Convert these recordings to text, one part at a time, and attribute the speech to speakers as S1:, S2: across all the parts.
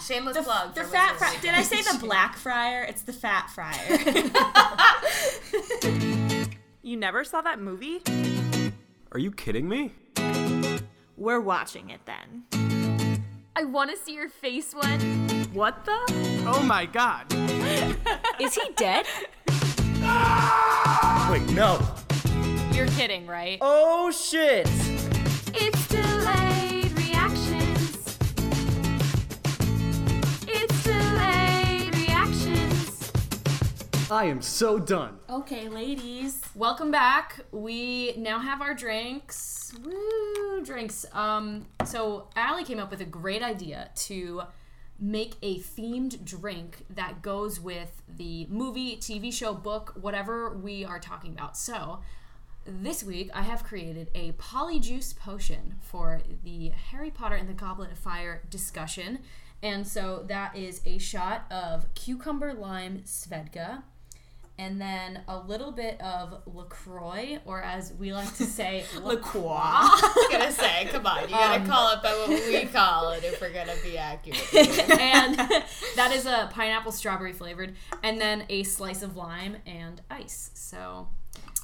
S1: shameless
S2: the,
S1: plug.
S2: The
S1: for
S2: fat
S1: Wizards.
S2: fry. Did I say the black fryer? It's the fat fryer. you never saw that movie?
S3: Are you kidding me?
S2: We're watching it then.
S4: I want to see your face one.
S2: What the?
S5: Oh my god.
S4: Is he dead?
S3: Wait, no.
S4: You're kidding, right?
S6: Oh shit!
S4: It's delayed reactions. It's delayed reactions.
S5: I am so done.
S2: Okay, ladies.
S1: Welcome back. We now have our drinks. Woo, drinks. Um, so Allie came up with a great idea to make a themed drink that goes with the movie, TV show, book, whatever we are talking about. So this week I have created a polyjuice potion for the Harry Potter and the Goblet of Fire discussion. And so that is a shot of cucumber lime svedka, and then a little bit of LaCroix, or as we like to say, LaCroix.
S7: was gonna say, come on, you
S2: Um,
S7: gotta call it by what we call it if we're gonna be accurate.
S1: and that is a pineapple strawberry flavored, and then a slice of lime and ice. So,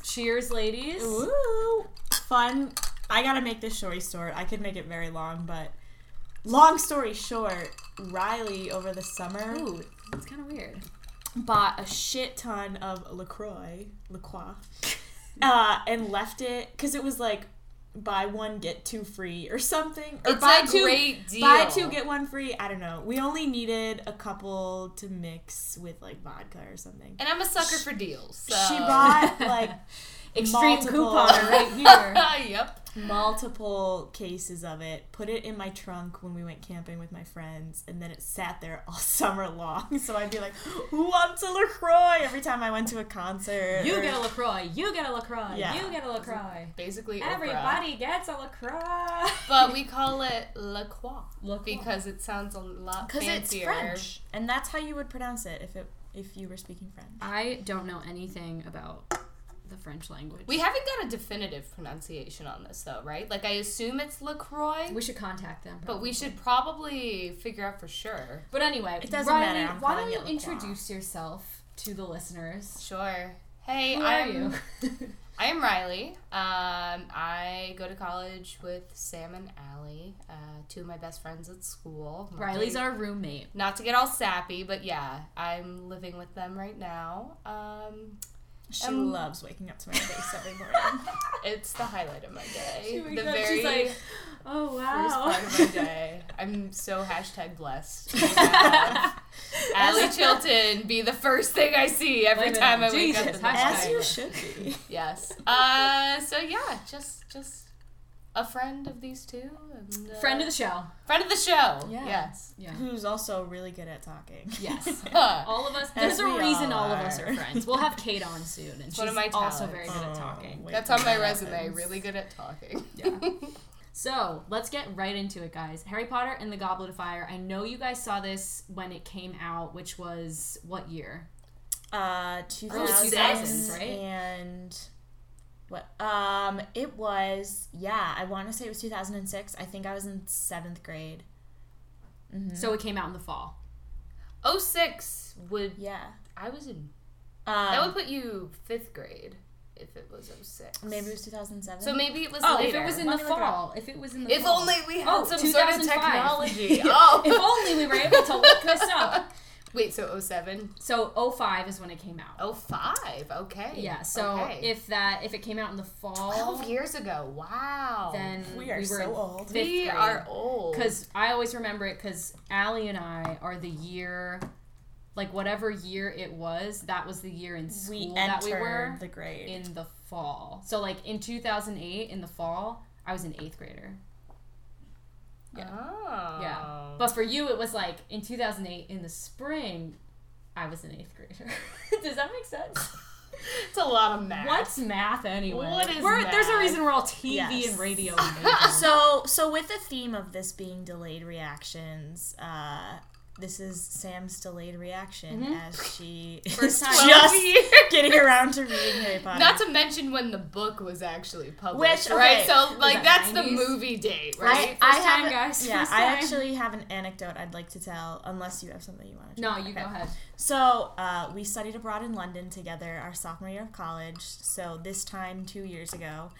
S1: cheers, ladies.
S2: Ooh, fun. I gotta make this story short. I could make it very long, but long story short, Riley over the summer
S1: Ooh, that's kind of weird.
S2: bought a shit ton of LaCroix, LaCroix, uh, and left it because it was like buy one get two free or something or
S7: It's
S2: buy
S7: a
S2: two
S7: great deal.
S2: buy two get one free i don't know we only needed a couple to mix with like vodka or something
S7: And I'm a sucker for deals. So.
S2: she bought like
S1: Extreme
S2: multiple-
S1: couponer right here.
S7: yep.
S2: multiple cases of it, put it in my trunk when we went camping with my friends, and then it sat there all summer long. So I'd be like, who wants a LaCroix every time I went to a concert?
S1: You
S2: or-
S1: get a LaCroix, you get a LaCroix,
S2: Yeah.
S1: you get a LaCroix.
S7: Basically, Oprah.
S1: Everybody gets a LaCroix.
S7: But we call it La Croix
S1: La Croix.
S7: because it sounds a lot
S2: Because it's
S7: fancier.
S2: French. And that's how you would pronounce it if it if you were speaking French.
S1: I don't know anything about the French language.
S7: We haven't got a definitive pronunciation on this though, right? Like I assume it's LaCroix,
S1: we should contact them.
S7: but we should probably figure out for sure.
S1: But anyway,
S2: It doesn't
S1: Riley,
S2: matter, I'm
S1: why
S2: calling
S1: don't you
S2: it LaCroix.
S1: introduce yourself to the listeners?
S7: Sure. Hey,
S1: Who
S7: I'm
S1: are you?
S7: I am Riley. Um, I go to college with Sam and Allie, uh, two of my best friends at school. Not
S1: Riley's
S7: to-
S1: our roommate.
S7: Not to get all sappy, but yeah, I'm living with them right now. Um,
S2: She
S7: Um,
S2: loves waking up to my face every morning.
S7: it's the highlight of my day.
S1: wakes
S7: the
S1: up,
S7: very
S1: she's like, Oh
S7: first
S1: wow.
S7: part of my day. I'm so hashtag blessed. to have Allie Chilton be the first thing I see every
S1: Wait a
S7: time I
S1: minute.
S7: wake up.
S1: Jesus,
S7: the next
S1: hashtag
S7: morning.
S2: As you should be.
S7: Yes. Uh, so yeah, just just a friend of these two. And, uh,
S1: Friend of the show.
S7: friend of the show.
S1: Yeah.
S7: Yes.
S1: Yeah.
S2: Who's also really good at talking.
S1: Yes.
S7: Huh.
S1: All of us.
S2: As
S1: There's a
S2: we
S1: reason
S2: all
S1: all of us
S2: are.
S1: are friends. We'll have Kate on soon, and she's
S7: one of my
S1: also
S7: talents.
S1: very
S2: Um,
S1: good
S2: Oh.
S1: at talking.
S7: That's on my resume. Really good at talking.
S1: So let's get right into it, guys. Harry Potter and the Goblet of Fire. I know you guys saw this when it came out, which was what year?
S2: Uh,
S1: Early
S2: 2000s,
S1: 2000s, right?
S2: And what? Um, it was yeah. I want to say it was 2006. I think I was in seventh grade.
S1: So it came out in the fall.
S7: Oh six would
S2: Yeah.
S7: I was in that
S2: Um,
S7: would put you fifth grade if it was oh six.
S2: maybe it was 2007.
S7: so maybe it was
S1: Oh,
S7: later.
S1: if it was in
S2: Let
S1: the
S2: me look it up.
S1: fall. If it was in the
S7: if
S1: fall.
S7: only we had
S1: Oh,
S7: some sort of
S1: 2005.
S7: technology.
S1: If
S7: oh.
S1: only we were able to look this up.
S7: Wait, so oh seven,
S1: So 05 is when it came out.
S7: oh five. okay.
S1: Yeah. So
S7: okay.
S1: if that if it came out in the fall,
S7: 12 years ago. Wow.
S1: then
S2: Oh, We are
S1: were
S2: so
S1: in
S2: old.
S1: Fifth
S7: we
S1: grade.
S7: are old.
S1: Because I always remember it because Allie and I are the year, like whatever year it was, that was the year in
S2: we
S1: school
S2: entered
S1: that we were
S2: the grade.
S1: in the fall. So like in 2008 in the fall, I was an eighth grader.
S7: Oh.
S1: Yeah. But for you, it was like in 2008 in the spring, I was an eighth grader. Does that make sense?
S7: It's a lot of math.
S1: What's math anyway?
S7: What is
S1: We're- There's a
S7: math?
S1: reason we're all TV
S2: Yes.
S1: and radio. majors.
S2: so so with the theme of this being delayed reactions, uh, This is Sam's delayed reaction
S1: Mm-hmm.
S2: as she is
S7: First time.
S2: just
S7: Years.
S2: getting around to reading Harry Potter.
S7: Not to mention when the book was actually published,
S2: Which, okay,
S7: right? So like
S2: was
S7: that's
S2: that
S1: 90s?
S7: the movie date,
S2: I,
S7: right?
S1: First
S2: I
S1: time,
S2: have a-
S1: guys,
S2: Yeah,
S1: first
S2: I
S1: time.
S2: actually have an anecdote I'd like to tell, unless you have something you want to.
S1: No,
S2: share.
S1: you
S2: Okay.
S1: go ahead.
S2: So uh, we studied abroad in London together our sophomore year of college. So this time two years ago,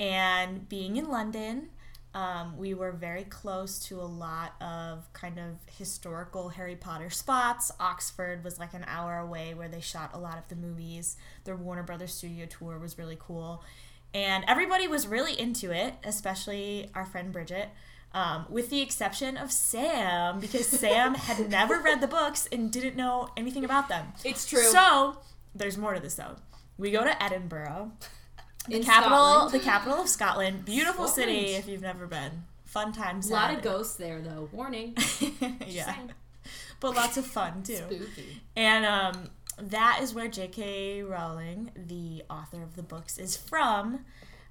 S2: and being in London, um, we were very close to a lot of kind of historical Harry Potter spots. Oxford was like an hour away where they shot a lot of the movies. Their Warner Brothers studio tour was really cool. And everybody was really into it, especially our friend Bridget, um, with the exception of Sam, because Sam had never read the books and didn't know anything about them.
S1: It's true.
S2: So there's more to this though. We go to Edinburgh, the
S1: In
S2: capital,
S1: Scotland.
S2: the capital of Scotland. Beautiful city
S1: Scotland.
S2: if you've never been. Fun times.
S1: A lot
S2: had.
S1: of ghosts there, though. Warning.
S2: yeah, but lots of fun too.
S7: Spooky.
S2: And um, that is where J.K. Rowling, the author of the books, is from,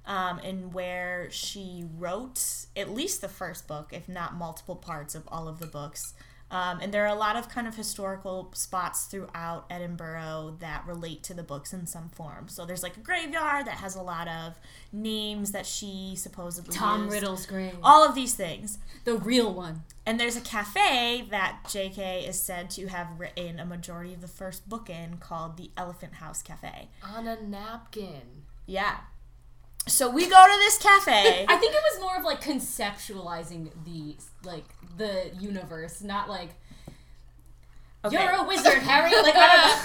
S2: um, and where she wrote at least the first book, if not multiple parts of all of the books. Um, and there are a lot of kind of historical spots throughout Edinburgh that relate to the books in some form. So there's like a graveyard that has a lot of names that she supposedly
S1: Tom
S2: used.
S1: Riddle's grave.
S2: All of these things.
S1: Oh, The real one.
S2: And there's a cafe that JK is said to have written a majority of the first book in called the Elephant House Cafe.
S7: On a napkin.
S2: Yeah. So we go to this cafe.
S1: I think it was more of like conceptualizing the like the universe, not like you're a wizard, Harry. Like I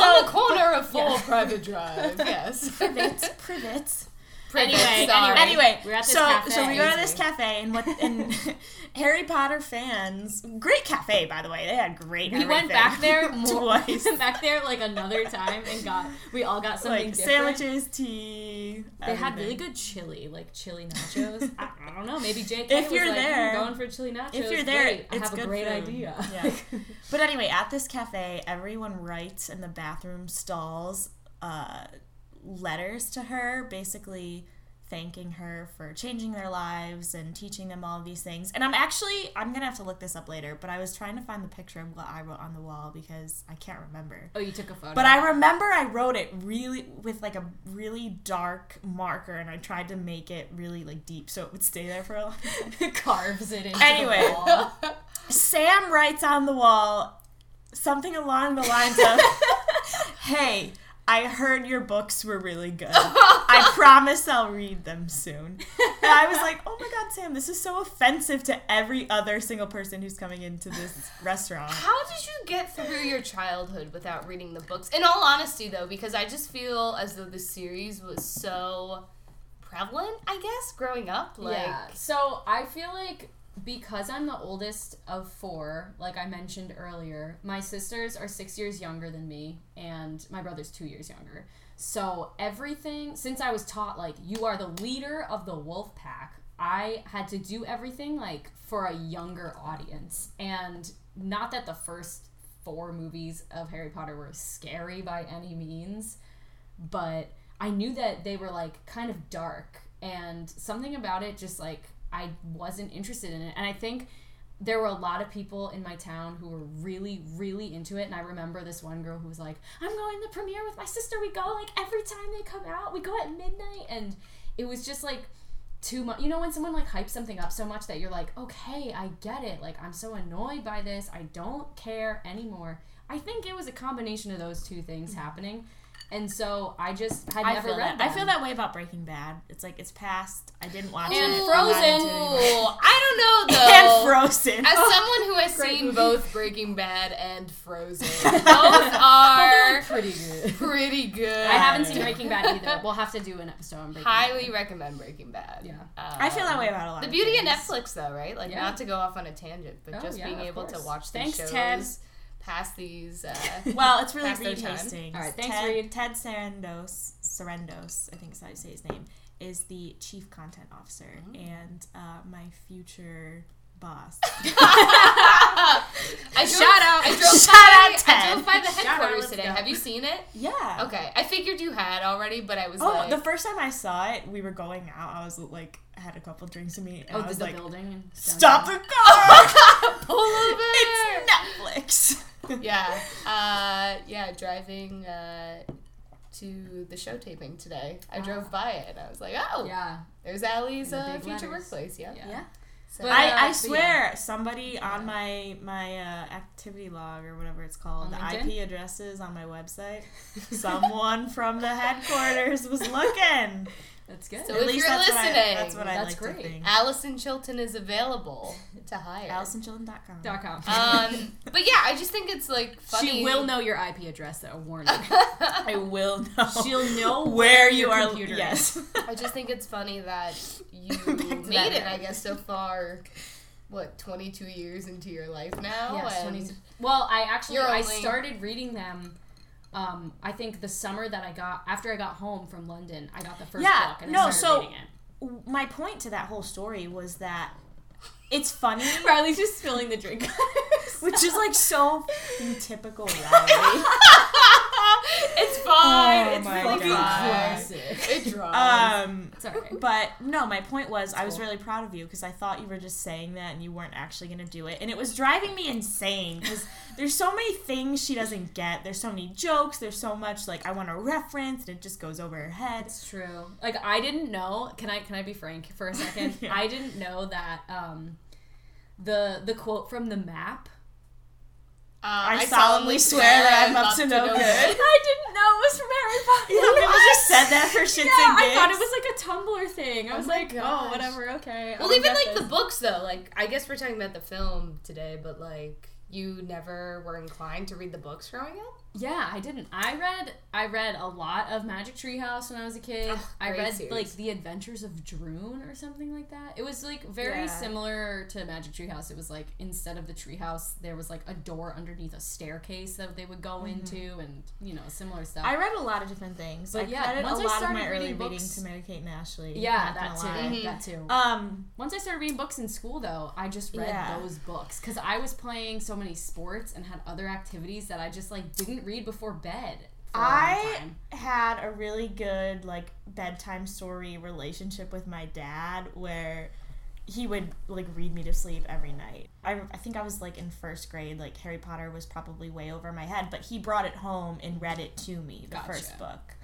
S7: On the corner of Full Private Drive. Yes.
S2: Privets, privets.
S1: Anyway,
S7: Sorry.
S1: anyway.
S2: Anyway,
S1: We're at this
S2: so
S1: cafe.
S2: so we go to this cafe and what and Harry Potter fans, great cafe by the way. They had great.
S1: don't know. We went
S2: everything.
S1: back there more, we
S2: twice.
S1: went back there like another time and got we all got something
S2: Like
S1: different.
S2: sandwiches, tea.
S1: They had
S2: everything.
S1: really good chili, like chili nachos. I, I don't know, maybe JK
S2: If
S1: was
S2: you're
S1: like, "Mm,
S2: there-
S1: going for chili nachos.
S2: if you're there,
S1: great. I
S2: it's
S1: have a
S2: good
S1: great
S2: food.
S1: idea.
S2: Yeah. But anyway, at this cafe, everyone writes in the bathroom stalls uh, letters to her, basically thanking her for changing their lives and teaching them all these things. And I'm actually I'm gonna have to look this up later, but I was trying to find the picture of what I wrote on the wall because I can't remember.
S1: oh, you took a photo.
S2: But I remember I wrote it really with like a really dark marker, and I tried to make it really like deep so it would stay there for a long time.
S1: carves it into
S2: Anyway.
S1: the wall.
S2: Sam writes on the wall something along the lines of, "Hey, I heard your books were really good. I promise I'll read them soon." And I was like, "Oh my god, Sam, this is so offensive to every other single person who's coming into this restaurant."
S7: How did you get through your childhood without reading the books? In all honesty, though, because I just feel as though the series was so prevalent, I guess, growing up. Like,
S1: yeah. So I feel like because I'm the oldest of four, like I mentioned earlier, my sisters are six years younger than me, and my brother's two years younger. So everything since I was taught like you are the leader of the wolf pack, I had to do everything like for a younger audience, and not that the first four movies of Harry Potter were scary by any means but I knew that they were like kind of dark and something about it just like I wasn't interested in it. And I think there were a lot of people in my town who were really, really into it. And I remember this one girl who was like, I'm going to the premiere with my sister. We go like every time they come out, we go at midnight. And it was just like too much. You know, when someone like hypes something up so much that you're like, okay, I get it. Like, I'm so annoyed by this. I don't care anymore. I think it was a combination of those two things happening. And so I just had
S2: Mm-hmm. I
S1: never
S2: feel
S1: read
S2: that. I
S1: them.
S2: feel that way about Breaking Bad. It's like it's past. I didn't watch it.
S7: and
S2: I'm not
S7: Frozen.
S2: into it anymore.
S7: I don't know, though.
S2: And Frozen.
S7: As someone who has seen both Breaking Bad and Frozen, both are
S1: pretty good.
S7: pretty good.
S1: I haven't seen Breaking Bad either. We'll have to do an episode on Breaking Bad.
S7: Highly recommend Breaking Bad.
S1: Yeah.
S7: Um,
S2: I feel that way about a lot.
S7: The
S2: of
S7: beauty of
S2: things.
S7: Netflix, though, right? Like,
S1: Yeah.
S7: not to go off on a tangent, but
S1: Oh,
S7: just
S1: yeah,
S7: being
S1: of
S7: able
S1: course.
S7: to watch these
S1: Thanks,
S7: shows,
S1: Ted.
S7: past these. Uh,
S2: Well, it's really
S7: Pass their
S2: read
S7: time.
S2: Hastings.
S1: All right, thanks,
S2: Ted,
S1: Reed.
S2: Ted Sarandos, Sarandos, I think is how you say his name, is the chief content officer
S1: Mm-hmm.
S2: and uh, my future boss.
S7: I drove,
S1: Shout out-
S7: I drove
S2: shout
S7: by,
S2: out,
S7: I drove
S2: Ted.
S7: by the
S1: Shout out,
S7: headquarters
S1: let's
S7: today.
S1: go.
S7: Have you seen it?
S2: yeah.
S7: Okay, I figured you had already, but I was
S2: Oh,
S7: like,
S2: the first time I saw it, we were going out. I was like, I had a couple drinks in me, and
S1: Oh,
S2: I
S1: the,
S2: was
S1: the
S2: like,
S1: building. and-
S2: "Stop the car!
S7: pull over.
S2: it's
S7: yeah. Uh, yeah, driving uh, to the show taping today,
S2: Ah.
S7: I drove by it and I was like, oh,
S1: Yeah.
S7: there's Allie's
S1: In the
S7: uh,
S1: big
S7: future
S1: letters.
S7: workplace. Yeah.
S1: Yeah.
S7: So,
S1: But,
S2: I,
S1: uh,
S2: I
S1: but
S2: swear, somebody on my my uh, activity log or whatever it's called,
S1: On
S2: the
S1: LinkedIn?
S2: IP addresses on my website, someone from the headquarters was looking.
S1: That's good.
S7: So
S2: At
S7: if
S2: least
S7: you're
S2: that's what I,
S7: listening,
S2: that's what I
S1: that's
S2: like
S1: great.
S2: to think.
S7: Allison Chilton is available to hire.
S2: AllisonChilton.com.
S1: Dot com.
S7: Um, but yeah, I just think it's like funny.
S1: uh, She will know your IP address, though. Warning.
S2: I will know.
S1: She'll know
S2: Oh, where you
S1: your
S2: are.
S1: computer
S2: Yes.
S7: I just think it's funny that you
S2: Back to
S7: made
S2: that
S7: it,
S2: now.
S7: I guess, so far. What, 22 years into your life now?
S1: Yes,
S7: And
S1: 22 Well, I actually
S7: You're
S1: I
S7: only-
S1: started reading them. Um, I think the summer that I got after I got home from London, I got the first
S2: Yeah,
S1: book and I
S2: no,
S1: started
S2: so-
S1: reading it.
S2: my point to that whole story was that it's funny,
S1: Riley's just spilling the drink.
S2: which is like so f***ing typical Riley.
S7: it's fine.
S2: Oh
S7: it's
S2: my
S7: really
S2: God.
S7: fine. It Uh, drives.
S2: um,
S1: Sorry.
S2: but no, my point was I was really proud of you because I thought you were just saying that and you weren't actually going to do it, and it was driving me insane because there's so many things she doesn't get. There's so many jokes. There's so much like I want to reference, and it just goes over her head.
S1: It's true. Like I didn't know. Can I can I be frank for a second?
S2: Yeah.
S1: I didn't know that um, the the quote from the map.
S7: Uh,
S2: I, solemnly swear that I'm up to no
S1: I
S2: good.
S1: didn't know it was from Harry Potter.
S2: You know, people just said that for shits
S1: Yeah,
S2: and gigs.
S1: I thought it was like a Tumblr thing. I was
S7: my
S1: like, oh,
S7: gosh.
S1: whatever, okay. I
S7: Well,
S1: don't
S7: even
S1: get
S7: like
S1: this.
S7: the books though. Like I guess we're talking about the film today, but like you never were inclined to read the books growing up.
S1: Yeah, I didn't. I read I read a lot of Magic Tree House when I was a kid.
S7: Ugh,
S1: I
S7: great
S1: read
S7: series.
S1: like The Adventures of Droon or something like that. It was like very
S2: Yeah.
S1: similar to Magic Tree House. It was like instead of the tree house, there was like a door underneath a staircase that they would go
S7: Mm-hmm.
S1: into and, you know, similar stuff.
S2: I read a lot of different things.
S1: But
S2: I
S1: yeah,
S2: credit
S1: once I
S2: a lot of
S1: started
S2: my early
S1: reading
S2: reading
S1: books-
S2: to Mary Kate and Ashley.
S1: yeah,
S2: not
S1: that
S2: gonna
S1: too.
S2: lie.
S1: Mm-hmm.
S7: Mm-hmm.
S1: That
S7: Oh,
S1: too.
S2: Um,
S1: Once I started reading books in school, though, I just read
S2: Yeah.
S1: those books because I was playing so many sports and had other activities that I just like didn't read before bed. For a long
S2: I
S1: time.
S2: had a really good like bedtime story relationship with my dad, where he would like read me to sleep every night. I, I think I was like in first grade. Like Harry Potter was probably way over my head, but he brought it home and read it to me, the
S1: Gotcha.
S2: first book.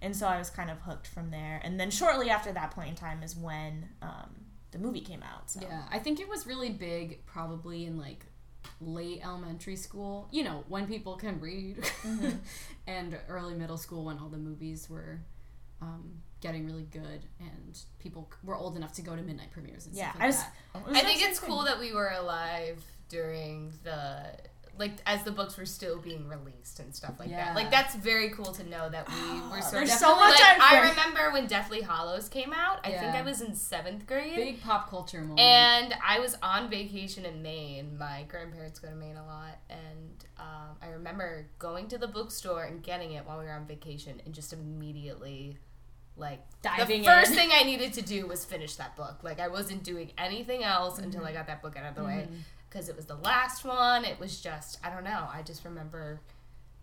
S2: And so I was kind of hooked from there. And then shortly after that point in time is when um, the movie came out. So.
S1: Yeah, I think it was really big probably in like late elementary school, you know, when people can read,
S2: Mm-hmm.
S1: and early middle school when all the movies were um, getting really good and people c- were old enough to go to midnight premieres and
S2: Yeah,
S1: stuff like
S2: I was.
S1: that.
S2: was
S7: I
S2: gonna
S7: think
S2: say
S7: it's
S2: the
S7: cool
S2: same.
S7: that we were alive during the like as the books were still being released and stuff like
S1: Yeah.
S7: that. Like that's very cool to know that we were sort
S2: There's
S7: of
S2: so much
S7: like,
S2: I've
S7: I
S2: read.
S7: remember when Deathly Hollows came out. I think
S1: Yeah.
S7: I was in seventh grade.
S1: Big pop culture moment.
S7: And I was on vacation in Maine. My grandparents go to Maine a lot, and um, I remember going to the bookstore and getting it while we were on vacation, and just immediately, like,
S1: Diving
S7: the first
S1: in.
S7: thing I needed to do was finish that book. Like, I wasn't doing anything else
S2: Mm-hmm.
S7: until I got that book out of the way because it was the last one. It was just, I don't know. I just remember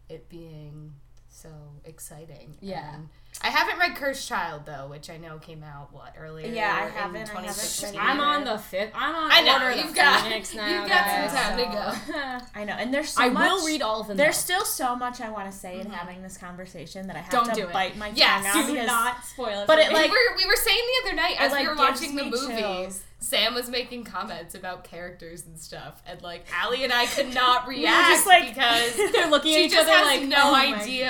S7: it being so exciting.
S1: Yeah.
S7: And I haven't read Cursed Child though, which I know came out what earlier.
S2: Yeah, I
S7: in
S2: haven't, I haven't.
S7: 2016?
S1: I'm on the fifth. I'm on
S7: I know,
S1: Order of the
S7: you've got-
S1: Phoenix now.
S7: you've got
S1: guys,
S7: some time
S1: so-
S2: I know, and there's so
S1: I
S2: much.
S1: will read all of them.
S2: There's
S1: though.
S2: still so much I want to say
S7: Mm-hmm.
S2: in having this conversation that I have
S1: Don't do
S2: to
S1: it.
S2: bite my
S7: Yes,
S2: tongue out.
S1: do
S2: because-
S1: not spoil it.
S2: but
S1: for
S2: it,
S1: me.
S2: like-
S7: we were we were saying the other night as
S2: like,
S7: we were
S2: gives
S7: watching the
S2: me
S7: movie,
S2: chills.
S7: Sam was making comments about characters and stuff, and like Allie and I could not
S2: we were
S7: react
S2: just like
S7: because
S2: they're looking at
S7: she
S2: each
S7: just
S2: other
S7: has
S2: like
S7: no
S2: "Oh my
S7: idea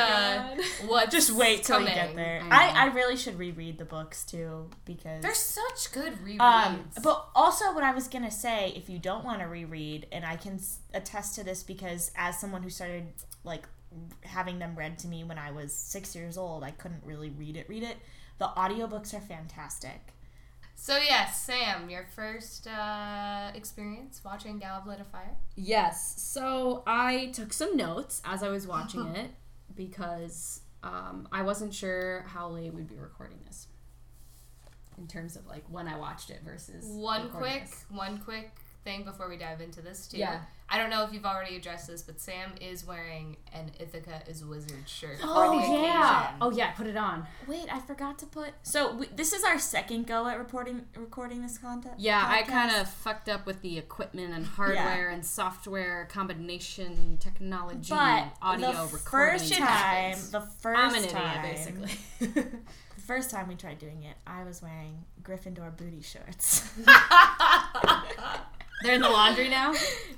S2: God."
S7: what.
S2: Just wait till we get
S7: coming. Mm-hmm.
S2: there.
S1: I
S2: I,
S1: know.
S2: I really should reread the books too because
S7: They're such good rereads.
S2: Um, but also, what I was gonna say, if you don't want to reread, and I can s- attest to this because as someone who started like having them read to me when I was six years old, I couldn't really read it. Read it. The audiobooks are fantastic.
S7: so yes, Sam, your first uh, experience watching Gallop Lit a Fire.
S1: Yes. So I took some notes as I was watching it because um, I wasn't sure how late we'd be recording this in terms of like when I watched it versus
S7: One
S1: recording
S7: quick,
S1: this.
S7: one quick thing before we dive into this too.
S1: Yeah.
S7: I I don't know if you've already addressed this, but Sam is wearing an Ithaca is Wizard shirt.
S1: Oh yeah. Oh yeah. Put it on.
S2: Wait, I forgot to put. So we, this is our second go at reporting recording this content.
S1: Yeah, I kind of fucked up with the equipment and hardware and software combination technology,
S2: But
S1: audio
S2: the
S1: recording.
S2: first time, the 1st
S1: I'm an idiot,
S2: time,
S1: basically.
S2: the first time we tried doing it, I was wearing Gryffindor booty shorts.
S1: They're in the laundry now.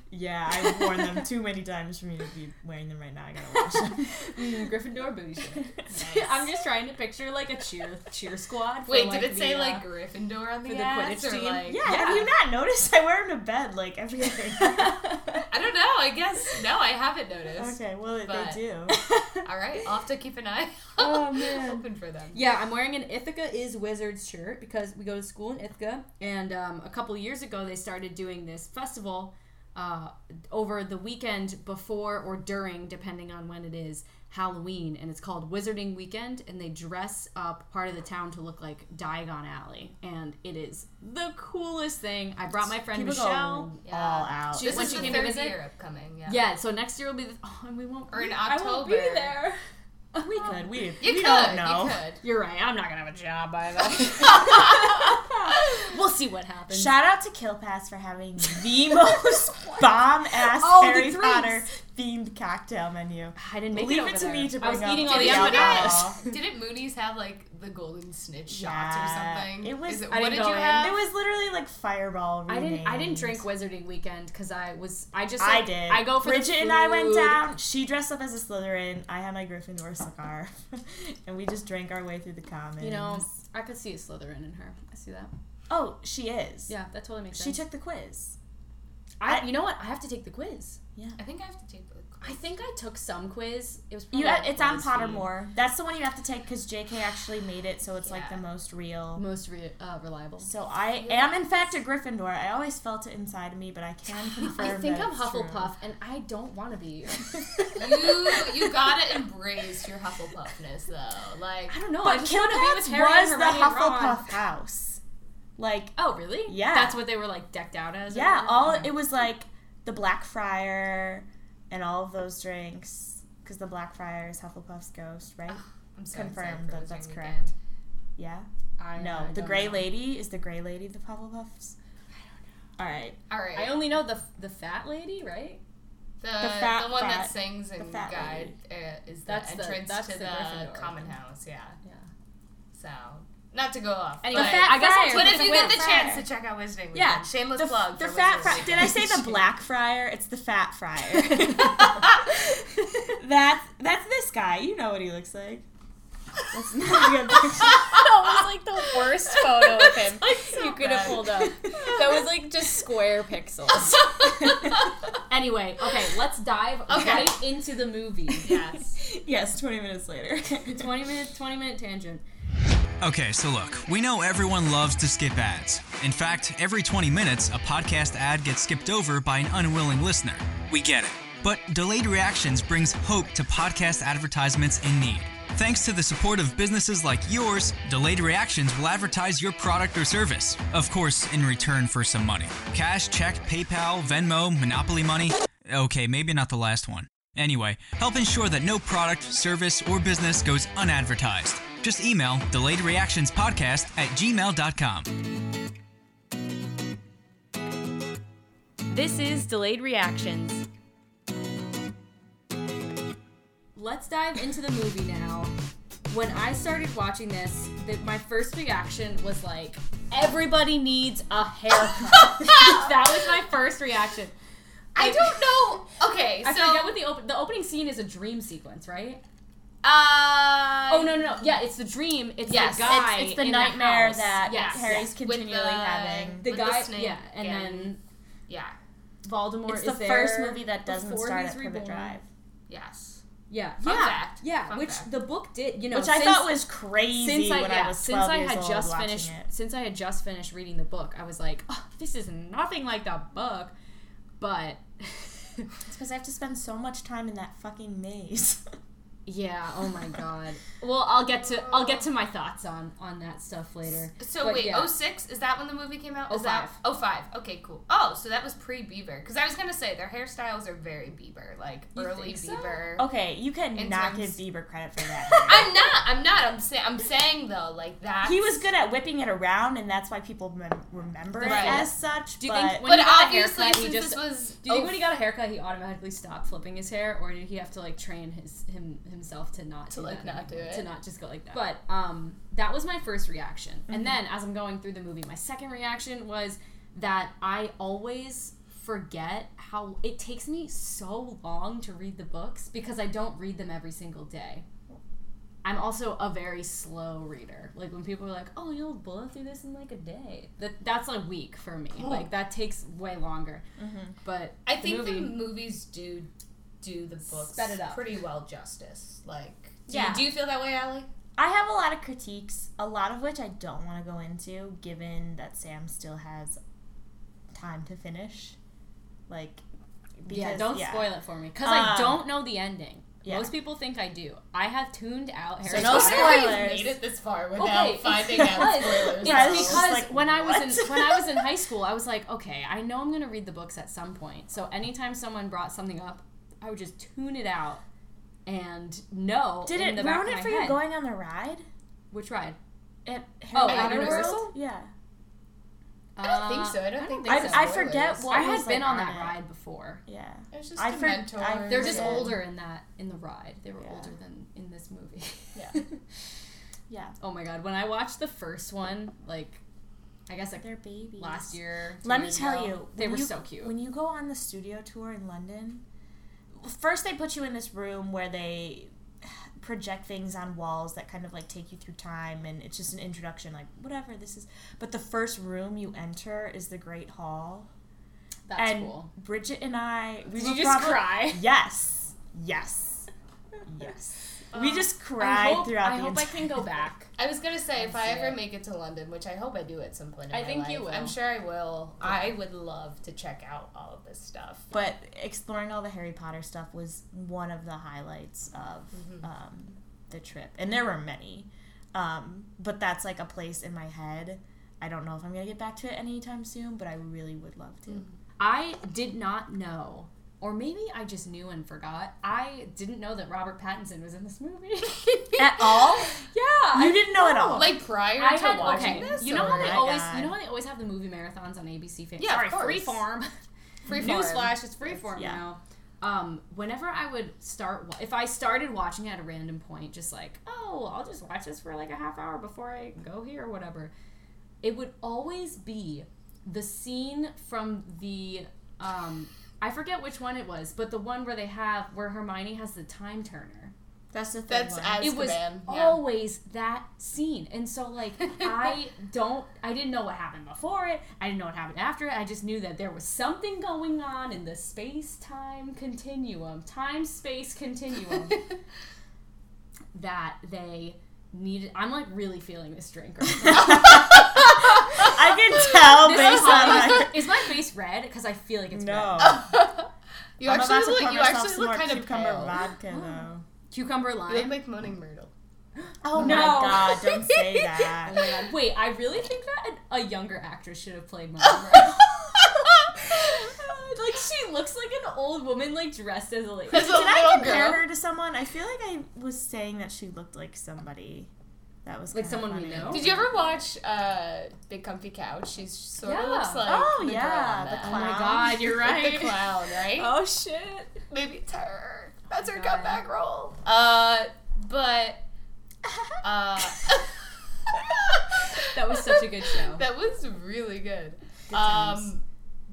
S2: yeah, I've worn them too many times for me to be wearing them right now. I gotta wash them.
S1: Gryffindor booty shorts. I'm just trying to picture like a cheer cheer squad. For,
S7: Wait,
S1: like,
S7: did it
S1: the,
S7: say
S1: uh,
S7: like Gryffindor on the,
S1: for the
S7: ass,
S1: Quidditch
S7: or,
S1: team?
S7: Like,
S2: yeah, have you not noticed? I wear them to bed like every
S1: uh,
S2: other.
S7: I don't know. I guess no, I haven't noticed.
S2: okay, well
S7: But-
S2: they do.
S7: All right, I'll have to keep an eye
S1: Oh, man.
S7: open for them.
S1: Yeah, I'm wearing an Ithaca is Wizards shirt because we go to school in Ithaca, and um, a couple years ago they started doing this festival uh, over the weekend before or during, depending on when it is Halloween, and it's called Wizarding Weekend, and they dress up part of the town to look like Diagon Alley, and it is the coolest thing. I brought my friend
S2: People go
S1: Michelle.
S2: all out.
S1: She-
S7: This
S1: when
S7: is
S1: she
S7: the
S1: came to
S7: third
S1: visit-
S7: year upcoming. Yeah.
S1: Yeah, so next year will be the, oh, and we won't
S7: Or in
S1: I won't be
S7: October.
S1: there.
S2: we could. We,
S7: You
S2: we
S7: could.
S2: don't know.
S7: You could.
S1: You're right. I'm not gonna have a job by then. we'll see what happens.
S2: Shout out to Kill Pass for having the most bomb ass
S1: Oh, the
S2: Harry
S1: drinks.
S2: Potter themed cocktail menu.
S1: I didn't make
S2: Leave
S1: it,
S2: it
S1: over
S2: to
S1: there.
S2: me to
S1: I was
S2: bring up
S1: eating
S2: the
S1: all the
S2: Yeah,
S7: Didn't
S2: but
S1: appetizers.
S2: no.
S7: Mooney's- Didn't Mooney's have like the golden snitch shots
S2: Yeah.
S7: or something?
S2: It was-
S7: Is it,
S1: I
S7: what
S1: didn't
S7: did
S1: go
S7: you
S1: in.
S7: have?
S2: It was literally like Fireball.
S1: I didn't. I didn't
S2: renamed.
S1: drink Wizarding Weekend because I was. I just.
S2: I
S1: Like,
S2: did.
S1: I go for the
S2: Bridget and I went
S1: food.
S2: down. She dressed up as a Slytherin. I had my Gryffindor cigar, and we just drank our way through the commons.
S1: You know, I could see a Slytherin in her. I see that.
S2: Oh, she is.
S1: Yeah, that totally makes
S2: She
S1: sense.
S2: took the quiz.
S1: I, you know what? I have to take the quiz.
S7: I think I have to take the.
S1: I think I took some Oh, quiz. It was.
S2: You,
S1: probably
S2: it's on
S1: BuzzFeed.
S2: Pottermore. That's the one you have to take because J.K. actually made it, so it's like
S7: Yeah.
S2: the most real.
S1: Most re- uh, reliable.
S2: So I am in fact a Gryffindor. I always felt it inside of me, but I can confirm.
S1: I think
S2: that
S1: I'm
S2: it's true.
S1: Hufflepuff, and I don't want to be.
S7: You you gotta embrace your Hufflepuffness though. Like
S1: I don't know. I
S2: But
S1: just want to be with
S2: Kilpatrick
S1: Harry
S2: was
S1: and
S2: the
S1: Hermione and Ron.
S2: Hufflepuff house. Like
S1: Oh really?
S2: Yeah.
S1: That's what they were like decked out as. or
S2: yeah,
S1: whatever?
S2: all it was like the Blackfriar and all of those drinks because the Blackfriar is Hufflepuff's ghost, right?
S7: I'm so excited
S2: Confirmed
S7: for
S2: that
S7: Wizarding
S2: that's
S7: Weekend.
S2: correct. Yeah.
S1: I,
S2: No,
S1: I
S2: the
S1: don't
S2: Gray
S1: know.
S2: Lady is the Gray Lady the Hufflepuffs. All right.
S7: All right.
S1: I only know the the fat lady, right?
S7: the,
S2: fat
S7: the one
S2: frat.
S7: that sings and
S2: fat
S7: guide uh, is the
S1: That's the-
S7: entrance
S1: that's
S7: to
S1: the
S7: the,
S1: Gryffindor
S7: common
S1: one.
S7: house. Yeah.
S1: Yeah.
S7: So not to go off.
S1: Anyway,
S7: but,
S1: I guess I'll
S7: but
S1: take
S7: if you
S1: the
S7: get the
S1: fat
S7: chance to check out Wizarding Weekend,
S2: Yeah,
S7: shameless
S2: The,
S7: plug.
S2: the
S7: for
S2: fat
S7: Wizarding
S2: fri- Did I say the Blackfriar? It's the Fat Friar. that's that's this guy. You know what he looks like. That's not a good picture.
S1: that was like the worst photo of him you could
S7: bad.
S1: have pulled up. That was like just square pixels. anyway, okay, let's dive
S7: Okay.
S1: right into the movie.
S7: Yes.
S2: yes, twenty minutes later.
S1: Twenty minute, twenty minute tangent.
S6: Okay, so look, we know everyone loves to skip ads. In fact, every 20 minutes, a podcast ad gets skipped over by an unwilling listener. We get it. But delayed reactions brings hope to podcast advertisements in need. Thanks to the support of businesses like yours, Delayed Reactions will advertise your product or service. Of course, in return for some money. Cash, check, PayPal, Venmo, Monopoly money. Okay, maybe not the last one. Anyway, help ensure that no product, service, or business goes unadvertised. Just email delayedreactionspodcast at gmail.com.
S4: This is Delayed Reactions.
S1: Let's dive into the movie now. When I started watching this, the, my first reaction was like, "Everybody needs a haircut." that was my first reaction.
S7: I don't know. Okay, so
S1: I forget what the open the opening scene is a dream sequence, right?
S7: uh
S1: Oh no, no, no. Yeah, it's the dream. It's
S7: Yes,
S1: the guy.
S2: it's the
S1: in
S2: nightmare
S1: house.
S2: that
S1: yes,
S2: Harry's
S1: yes.
S2: continually
S7: With the-
S2: having.
S1: The
S7: with the
S1: guy.
S7: snake
S1: yeah, and
S7: and-
S1: then
S7: yeah.
S1: Voldemort
S2: it's
S1: is
S2: the first
S1: there
S2: movie that doesn't
S1: before
S2: start
S1: he's
S2: at Privet
S1: reborn.
S2: Drive,
S7: Yes.
S1: Yeah,
S7: Fun
S1: yeah,
S7: fact.
S1: yeah.
S7: Fun
S1: which
S7: fact.
S1: the book did, you know,
S2: which I
S1: since-
S2: thought was crazy
S1: Since I,
S2: when
S1: yeah,
S2: I was
S1: since
S2: twelve
S1: I
S2: years
S1: had
S2: old
S1: just
S2: watching
S1: finished,
S2: it.
S1: since I had just finished reading the book, I was like, oh, this is nothing like the book, but
S2: It's because I have to spend so much time in that fucking maze.
S1: Yeah. Oh my god. Well, I'll get to I'll get to my thoughts on on that stuff later.
S7: So
S1: But
S7: wait,
S1: yeah.
S2: oh,
S7: 06 is that when the movie came out? Is that 05. Okay, cool. Oh, so that was pre Bieber cuz I was going to say their hairstyles are very Bieber, like early
S1: think so? Oh.
S7: Bieber.
S2: Okay, you
S7: In
S2: can not give
S7: terms-
S2: Bieber credit for that.
S7: I'm not. I'm not. I'm saying I'm saying though like that.
S2: he was good at whipping it around, and that's why people mem- remember it
S7: Right.
S2: as such.
S1: Do you
S2: but
S1: think when
S7: But
S1: he got a
S7: obviously
S1: haircut, he
S7: since
S1: just
S7: this was
S1: Do you think
S7: oh,
S1: when he got a haircut, he automatically stopped flipping his hair, or did he have to like train his him himself to not to do
S7: like,
S1: that
S7: not do
S1: anymore,
S7: it?
S1: to not just go like that? But um, that was my first reaction,
S7: Mm-hmm.
S1: and then as I'm going through the movie, my second reaction was that I always forget how it takes me so long to read the books because I don't read them every single day. I'm also a very slow reader. Like when people are like, "Oh, you'll blow through this in like a day," that that's like week for me.
S7: Oh.
S1: Like that takes way longer. But
S7: I
S1: the
S7: think
S1: movie-
S7: the movies do do the books
S1: Sped it up.
S7: pretty well justice. Like do
S2: Yeah.
S7: you, do you feel that way, Allie?
S2: I have a lot of critiques, a lot of which I don't want to go into, given that Sam still has time to finish. Like,
S1: yeah, don't spoil it for me because I
S2: Um,
S1: don't know the ending.
S2: yeah.
S1: Most people think I do. I have tuned out Harry.
S2: So
S1: Potter.
S2: no
S7: Sorry
S2: spoilers.
S7: We've made it this far without
S1: Okay, it's
S7: finding out
S1: because-
S7: spoilers.
S2: I was
S1: It's
S2: just
S1: because
S2: like,
S1: when I was in
S2: what?
S1: when I was in high school, I was like, okay, I know I'm gonna read the books at some point. So anytime someone brought something up, I would just tune it out and know.
S2: Did
S1: in
S2: it
S1: the back
S2: ruin
S1: of
S2: it
S1: my
S2: for you
S1: head.
S2: going on the ride?
S1: Which ride?
S2: At
S1: Oh,
S2: Harry
S1: at
S2: Potter
S1: Universal?
S2: World? Yeah.
S7: I don't think so. I
S1: Uh,
S7: don't, think they
S2: think so. I- I
S7: spoilers.
S2: forget what-
S1: I had
S2: was, like,
S1: been on
S2: on
S1: that
S2: it.
S1: ride before.
S2: Yeah.
S7: It was just
S2: I
S7: a
S2: for-
S7: mentor.
S2: I
S1: They're just
S2: Yeah.
S1: older in that in the ride. They were
S2: Yeah.
S1: older than in this movie.
S7: Yeah.
S2: Yeah.
S1: oh my god! When I watched the first one, like, I guess like
S2: They're babies.
S1: last year. two
S2: Let me
S1: years
S2: tell
S1: ago,
S2: you,
S1: they
S2: when
S1: were
S2: you-
S1: so cute.
S2: When you go on the studio tour in London, first they put you in this room where they project things on walls that kind of like take you through time and it's just an introduction like whatever this is but the first room you enter is the great hall
S1: That's
S2: and
S1: cool.
S2: bridget and i we were
S1: Did you just
S2: probably-
S1: cry?
S2: yes yes yes we just
S1: I
S2: cried
S1: hope,
S2: throughout
S1: I,
S2: the
S1: hope I
S2: entire
S1: can go back.
S7: I was gonna say if I
S1: That's
S7: ever
S1: it.
S7: make it to London, which I hope I do at some point. In
S1: I
S7: my
S1: think you
S7: life,
S1: will.
S7: I'm sure I will. I would love to check out all of this stuff.
S2: but exploring all the Harry Potter stuff was one of the highlights of
S7: Mm-hmm.
S2: um, the trip, and there were many. Um, but that's like a place in my head. I don't know if I'm gonna get back to it anytime soon, but I really would love to.
S7: Mm-hmm.
S1: I did not know, or maybe I just knew and forgot. I didn't know that Robert Pattinson was in this movie
S2: At all?
S1: Yeah,
S2: You didn't know at all.
S7: Like prior
S1: I
S7: to
S1: had
S7: watching
S1: okay.
S7: this,
S1: You know
S7: or- uh,
S1: how they
S2: my
S1: always
S2: God.
S1: you know how they always have the movie marathons on ABC. Fam-
S7: Yeah,
S1: sorry,
S7: of course.
S1: Freeform.
S7: Free form.
S1: Newsflash, it's Freeform
S2: Yeah.
S1: now. Um, whenever I would start, wa- if I started watching at a random point, just like, oh, I'll just watch this for like a half hour before I go here or whatever, it would always be the scene from the, um, I forget which one it was, but the one where they have, where Hermione has the time turner
S2: That's the thing.
S7: That's Azkaban.
S1: it was
S7: yeah.
S1: always that scene and so like i don't i didn't know what happened before it i didn't know what happened after it i just knew that there was something going on in the space-time continuum time-space continuum that they needed i'm like really feeling this drink right now
S2: I can tell
S1: This
S2: based
S1: is,
S2: on
S1: why-
S2: my
S1: is my face red because i feel like it's
S2: no.
S1: red
S7: You
S2: I'm about
S7: actually
S2: to
S7: look.
S2: pour
S7: You
S2: myself
S7: actually
S2: some
S7: look
S2: more
S7: kind of
S2: cucumber
S7: pale.
S2: vodka
S1: cucumber
S7: You look
S1: lime
S7: like Moaning Myrtle.
S2: though. Oh my
S1: No.
S2: god! Don't say that.
S1: Oh wait i really think that an- a younger actress should have played more like she looks like an old woman like dressed as a lady
S7: As a
S2: Did I
S7: little
S2: compare
S7: girl.
S2: her to someone? I feel like I was saying that she looked like somebody. That was
S1: Like
S2: kinda
S1: someone we
S2: funny.
S1: know?
S7: Did you ever watch uh, Big Comfy Couch? She's sort of
S1: Yeah.
S7: looks like
S2: Oh,
S7: the
S2: yeah,
S7: girl on
S2: the
S7: that.
S1: oh my
S2: clown.
S1: god you're right
S7: the clown, right?
S1: oh shit
S7: Maybe it's her. That's her
S1: God.
S7: comeback role. Uh, but uh,
S1: that was such a good show
S7: that was really good.
S2: times.
S7: um,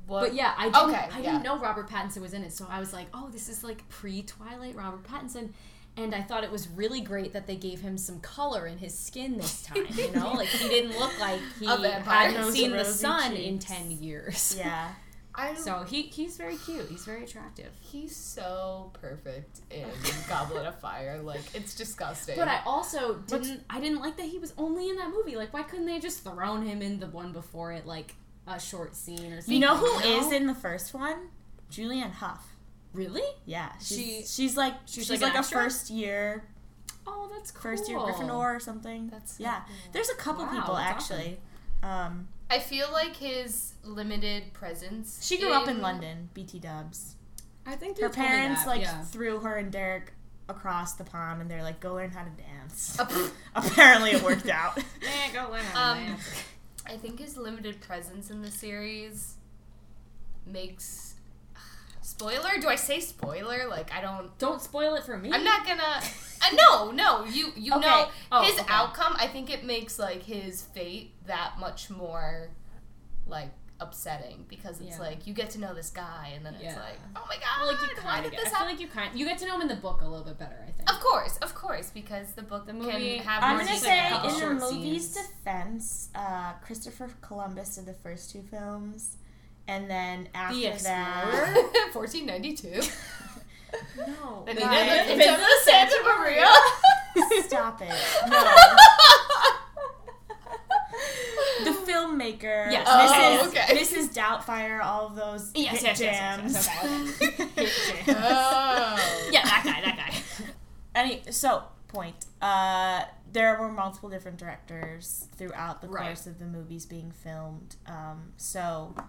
S7: what-
S1: but yeah i didn't,
S7: Okay,
S1: I
S7: yeah.
S1: didn't know robert pattinson was in it so i was like oh this is like pre-twilight robert pattinson and I thought it was really great that they gave him some color in his skin this time. You know, like he didn't look like he
S7: A vampire.
S1: hadn't
S2: Those
S1: seen the
S2: rosy
S1: sun in
S2: cheeks.
S1: ten years.
S2: Yeah.
S7: I'm,
S1: So he he's very cute. He's very attractive.
S7: he's so perfect in Goblet of Fire. Like it's disgusting.
S1: But I also didn't. I didn't like that he was only in that movie. Like, why couldn't they just thrown him in the one before it, like a short scene or something?
S2: You know who is in the first one? Julianne Hough.
S1: Really?
S2: Yeah, she's,
S1: She-
S2: she's like
S1: she's
S2: she's,
S1: like
S2: like,
S1: an
S2: a
S1: extra?
S2: first year
S1: Oh, that's cool.
S2: first year Gryffindor or something.
S7: That's so
S2: yeah. There's a couple
S1: Wow,
S2: people
S1: that's
S2: actually. Um,
S7: I feel like his limited presence.
S2: she grew up in London. BT Dubs.
S1: I think
S2: Her
S1: you told me
S2: parents
S1: that,
S2: like
S1: yeah.
S2: threw her and Derek across the pond, and they're like, "Go learn how to dance."
S7: Uh, pff.
S2: Apparently, it worked out.
S7: Um, I think his limited presence in the series makes. Spoiler? Do I say spoiler? Like I don't.
S1: Don't spoil it for me.
S7: I'm not gonna. Uh, no, no. You you
S1: Okay.
S7: know
S1: Oh,
S7: his
S1: okay.
S7: outcome. I think it makes like his fate that much more like upsetting because it's
S1: Yeah.
S7: like you get to know this guy and then it's
S1: Yeah.
S7: like oh my god,
S1: Well, like you
S7: why
S1: kind
S7: did
S1: of
S7: this
S1: get. I feel
S7: happen? Oh,
S1: like you kind. You get to know him in the book a little bit better. I think.
S7: Of course, of course, because the book
S1: The movie-
S7: can have
S1: I'm
S2: I'm
S7: more
S2: gonna
S1: just
S7: detail.
S2: say,
S1: like a couple
S2: in the
S1: short
S2: movie's
S1: scenes.
S2: defense, uh, Christopher Columbus did the first two films, and then after that,
S7: 1492.
S1: No.
S7: The
S2: Right.
S7: Nina
S1: It's
S7: Vincent
S1: a
S7: Santa Maria.
S2: Stop it. No. The filmmaker.
S1: Yes.
S2: Mrs.
S7: Oh, okay.
S2: Mrs. Doubtfire, all of those
S1: Yes,
S2: hit
S1: yes, yes, yes,
S2: jams.
S1: yes,
S2: Hit jams.
S7: oh.
S1: yeah, that guy. That guy.
S2: Any so point. Uh, there were multiple different directors throughout the
S1: Right.
S2: course of the movies being filmed. Um, so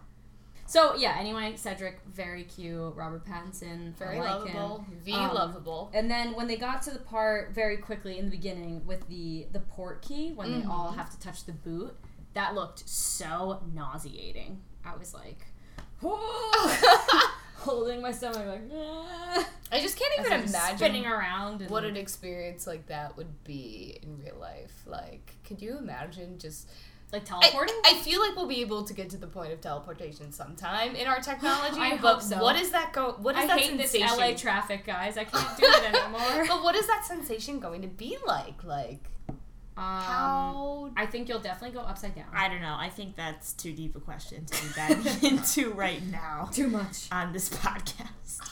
S1: So yeah. Anyway, Cedric, very cute. Robert Pattinson,
S7: Very
S1: I like
S7: lovable.
S1: Him.
S7: The
S1: Um,
S7: lovable.
S1: And then when they got to the part very quickly in the beginning with the the port key, when they all
S7: Mm-hmm.
S1: have to touch the boot, that looked so nauseating. I was like,
S7: Oh.
S1: holding my stomach, like ah,
S7: I just can't
S1: as
S7: even
S1: I'm
S7: imagine
S1: spinning around. And
S7: what an experience like that would be in real life. Like, could you imagine just
S1: like
S7: I,
S1: teleporting?
S7: I feel like we'll be able to get to the point of teleportation sometime in our technology.
S1: I
S7: but
S1: hope so.
S7: what is that go what is
S1: I
S7: that
S1: hate this
S7: sensation?
S1: LA traffic, guys. I can't do it anymore.
S7: but what is that sensation going to be like? Like
S1: um,
S7: how
S1: I think you'll definitely go upside down.
S2: I don't know. I think that's too deep a question to be diving into right now
S1: Too much.
S2: on this podcast.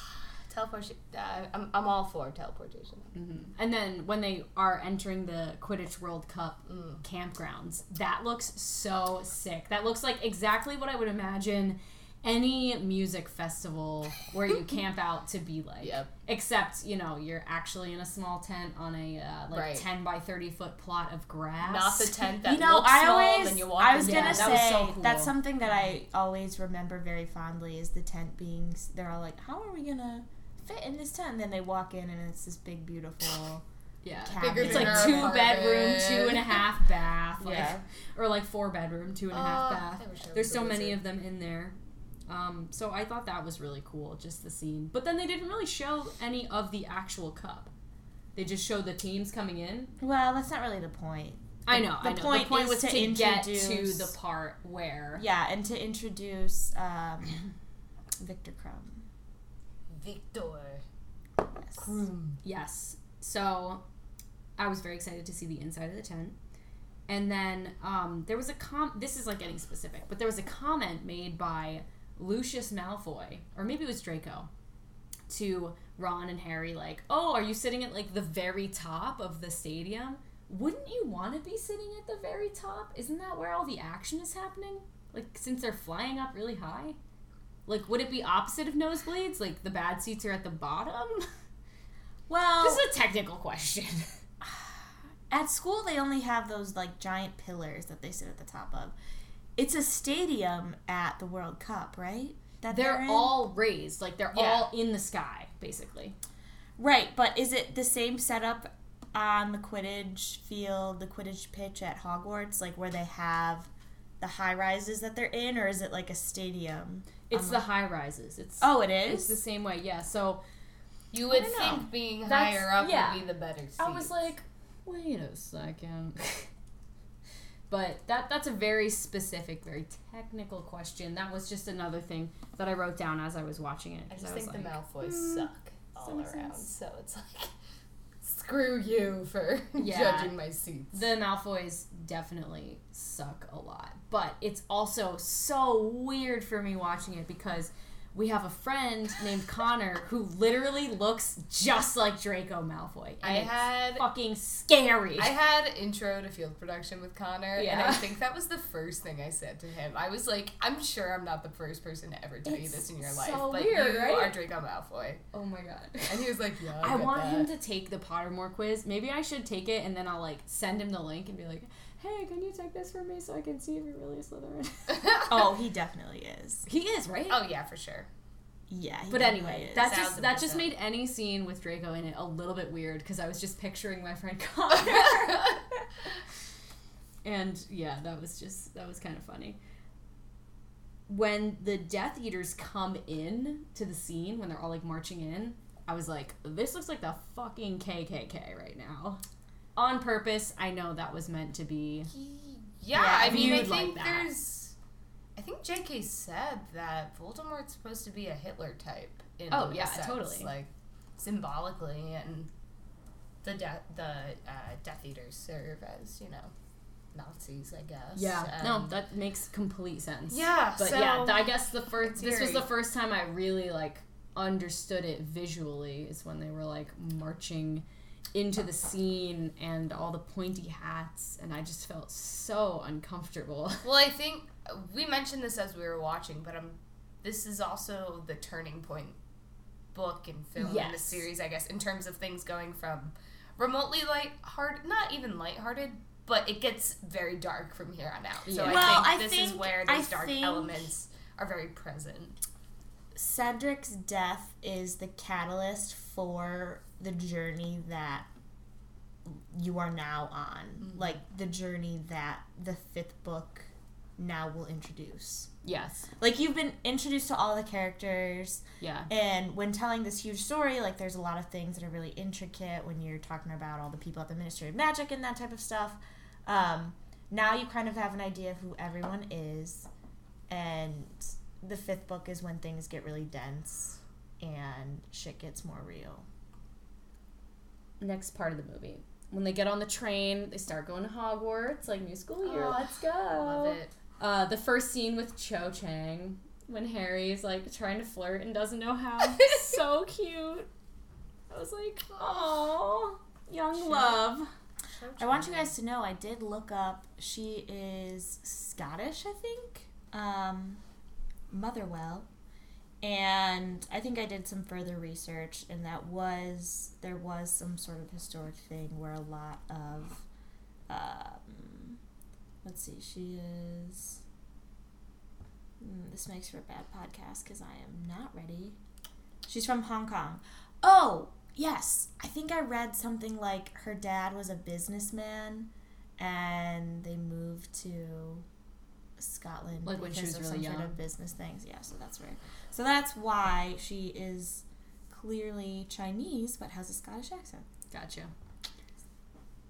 S7: teleportation uh, I'm, I'm all for teleportation.
S1: And then when they are entering the Quidditch World Cup campgrounds, that looks so sick. That looks like exactly what I would imagine any music festival where you camp out to be like.
S7: Yep.
S1: Except, you know, you're actually in a small tent on a uh, like
S7: Right.
S1: 10 by 30 foot plot of grass.
S7: Not the tent that
S2: you know,
S7: looks
S2: I
S7: small
S2: always,
S7: and you walk
S2: I was
S7: in.
S1: Yeah,
S2: gonna
S1: that
S2: say
S1: was so cool.
S2: that's something that I always remember very fondly is the tent being. s- They're all like, "How are we gonna fit in this tent?" And then they walk in, and it's this big, beautiful.
S1: Yeah.
S2: Cabin.
S1: It's like
S7: Bigger
S1: two
S7: apartment.
S1: bedroom, two and a half bath. Like,
S2: Yeah.
S1: Or like four bedroom, two and a half
S7: Oh,
S1: bath.
S7: I wish I was
S1: There's
S7: a
S1: so many
S7: wizard.
S1: of them in there. Um, so I thought that was really cool, just the scene. But then they didn't really show any of the actual cup. They just showed the teams coming in.
S2: Well, that's not really the point.
S1: I know.
S2: the
S1: I know.
S2: point
S1: the point
S2: is
S1: was
S2: to
S1: get to
S2: introduce-
S1: the part where
S2: Yeah, and to introduce um, Victor Crumb.
S7: Victor.
S2: Yes.
S1: Yes. So I was very excited to see the inside of the tent. And then um, there was a com. This is like getting specific, but there was a comment made by Lucius Malfoy, or maybe it was Draco, to Ron and Harry, like, "Oh, are you sitting at like the very top of the stadium? Wouldn't you want to be sitting at the very top? Isn't that where all the action is happening? Like, since they're flying up really high, like, would it be opposite of nosebleeds? Like, the bad seats are at the bottom."
S2: Well,
S1: This is a technical question.
S2: at school they only have those like giant pillars that they sit at the top of. It's a stadium at the World Cup, right? That
S1: They're
S2: in?
S1: all raised, like they're
S7: Yeah.
S1: all in the sky, basically.
S2: right, but is it the same setup on the Quidditch field, the Quidditch pitch at Hogwarts, like where they have the high rises that they're in, or is it like a stadium?
S1: It's the high rises. It's
S2: Oh, it
S1: it's
S2: is.
S1: the same way. Yeah. So
S7: You would
S2: don't know.
S7: think being
S1: That's-
S7: higher up
S1: yeah.
S7: would be the better seat.
S1: I was like, wait a second. but that that's a very specific, very technical question. That was just another thing that I wrote down as I was watching it.
S7: I
S1: 'cause
S7: just
S1: was
S7: think the
S1: like,
S7: Malfoys suck all around. So it's like, screw you for
S1: Yeah.
S7: judging my seats.
S1: The Malfoys definitely suck a lot, but it's also so weird for me watching it because we have a friend named Connor who literally looks just like Draco Malfoy. And
S7: I
S1: it's
S7: had-
S1: fucking scary.
S7: I had intro to field production with Connor, and
S1: Yeah.
S7: I think that was the first thing I said to him. I was like, "I'm sure I'm not the first person to ever tell you
S1: It's
S7: this in your
S1: so
S7: life. like,
S1: weird,
S7: you
S1: right?
S7: are Draco Malfoy."
S1: oh my god.
S7: And he was like, "Yeah, I,
S1: I want him to take the Pottermore quiz. Maybe I should take it and then I'll like send him the link and be like, "Hey, can you take this for me so I can see if you're really a Slytherin?"
S2: Oh, he definitely is.
S1: he is right.
S7: Oh yeah, for sure.
S2: Yeah. he
S1: But
S2: definitely
S1: anyway,
S2: is.
S1: that just
S7: Thousand
S1: that just
S7: percent.
S1: made any scene with Draco in it a little bit weird because I was just picturing my friend Connor. and yeah, that was just that was kind of funny. When the Death Eaters come in to the scene when they're all like marching in, I was like, this looks like the fucking KKK right now. On purpose, I know that was meant to be.
S7: Yeah,
S1: Yeah,
S7: I mean, I
S1: viewed
S7: think
S1: like that.
S7: there's. I think J.K. said that Voldemort's supposed to be a Hitler type. In
S1: Oh,
S7: a
S1: yeah,
S7: sense,
S1: totally.
S7: Like symbolically, and the de- the uh, Death Eaters serve as you know Nazis, I guess. and-
S1: no, that makes complete sense.
S7: Yeah,
S1: But
S7: so-
S1: yeah, th- I guess the first this
S7: Theory.
S1: was the first time I really like understood it visually is when they were like marching into the scene and all the pointy hats and I just felt so uncomfortable.
S7: Well, I think we mentioned this as we were watching, but um, this is also the turning point book and film in the
S1: Yes.
S7: series, I guess, in terms of things going from remotely lighthearted, not even lighthearted, but it gets very dark from here on out. So
S1: Yeah.
S2: Well,
S7: I
S2: I
S7: think this is
S2: think-
S7: where
S2: I
S7: those dark
S2: think-
S7: elements are very present.
S2: Cedric's death is the catalyst for the journey that you are now on. Like the journey that the fifth book now will introduce.
S1: yes.
S2: Like you've been introduced to all the characters
S1: Yeah.
S2: and when telling this huge story, like there's a lot of things that are really intricate when you're talking about all the people at the Ministry of Magic and that type of stuff. Um, now you kind of have an idea of who everyone is, and the fifth book is when things get really dense and shit gets more real.
S1: Next part of the movie. When they get on the train, they start going to Hogwarts, like new school year, let's go.
S7: Love it.
S1: Uh, the first scene with Cho Chang when Harry's like trying to flirt and doesn't know how. so cute. I was like, oh, young love.
S2: I want you guys to know I did look up. She is Scottish, I think. Um, Motherwell. And I think I did some further research, and that was there was some sort of historic thing where a lot of, um, let's see, she is. Mm, this makes for a bad podcast because I am not ready. She's from Hong Kong. Oh, yes. I think I read something like her dad was a businessman and they moved to Scotland
S1: Like when she
S2: because
S1: was
S2: of
S1: really
S2: some sort
S1: young?
S2: of business things. Yeah, so that's where. So that's why she is clearly Chinese but has a Scottish accent.
S1: Gotcha.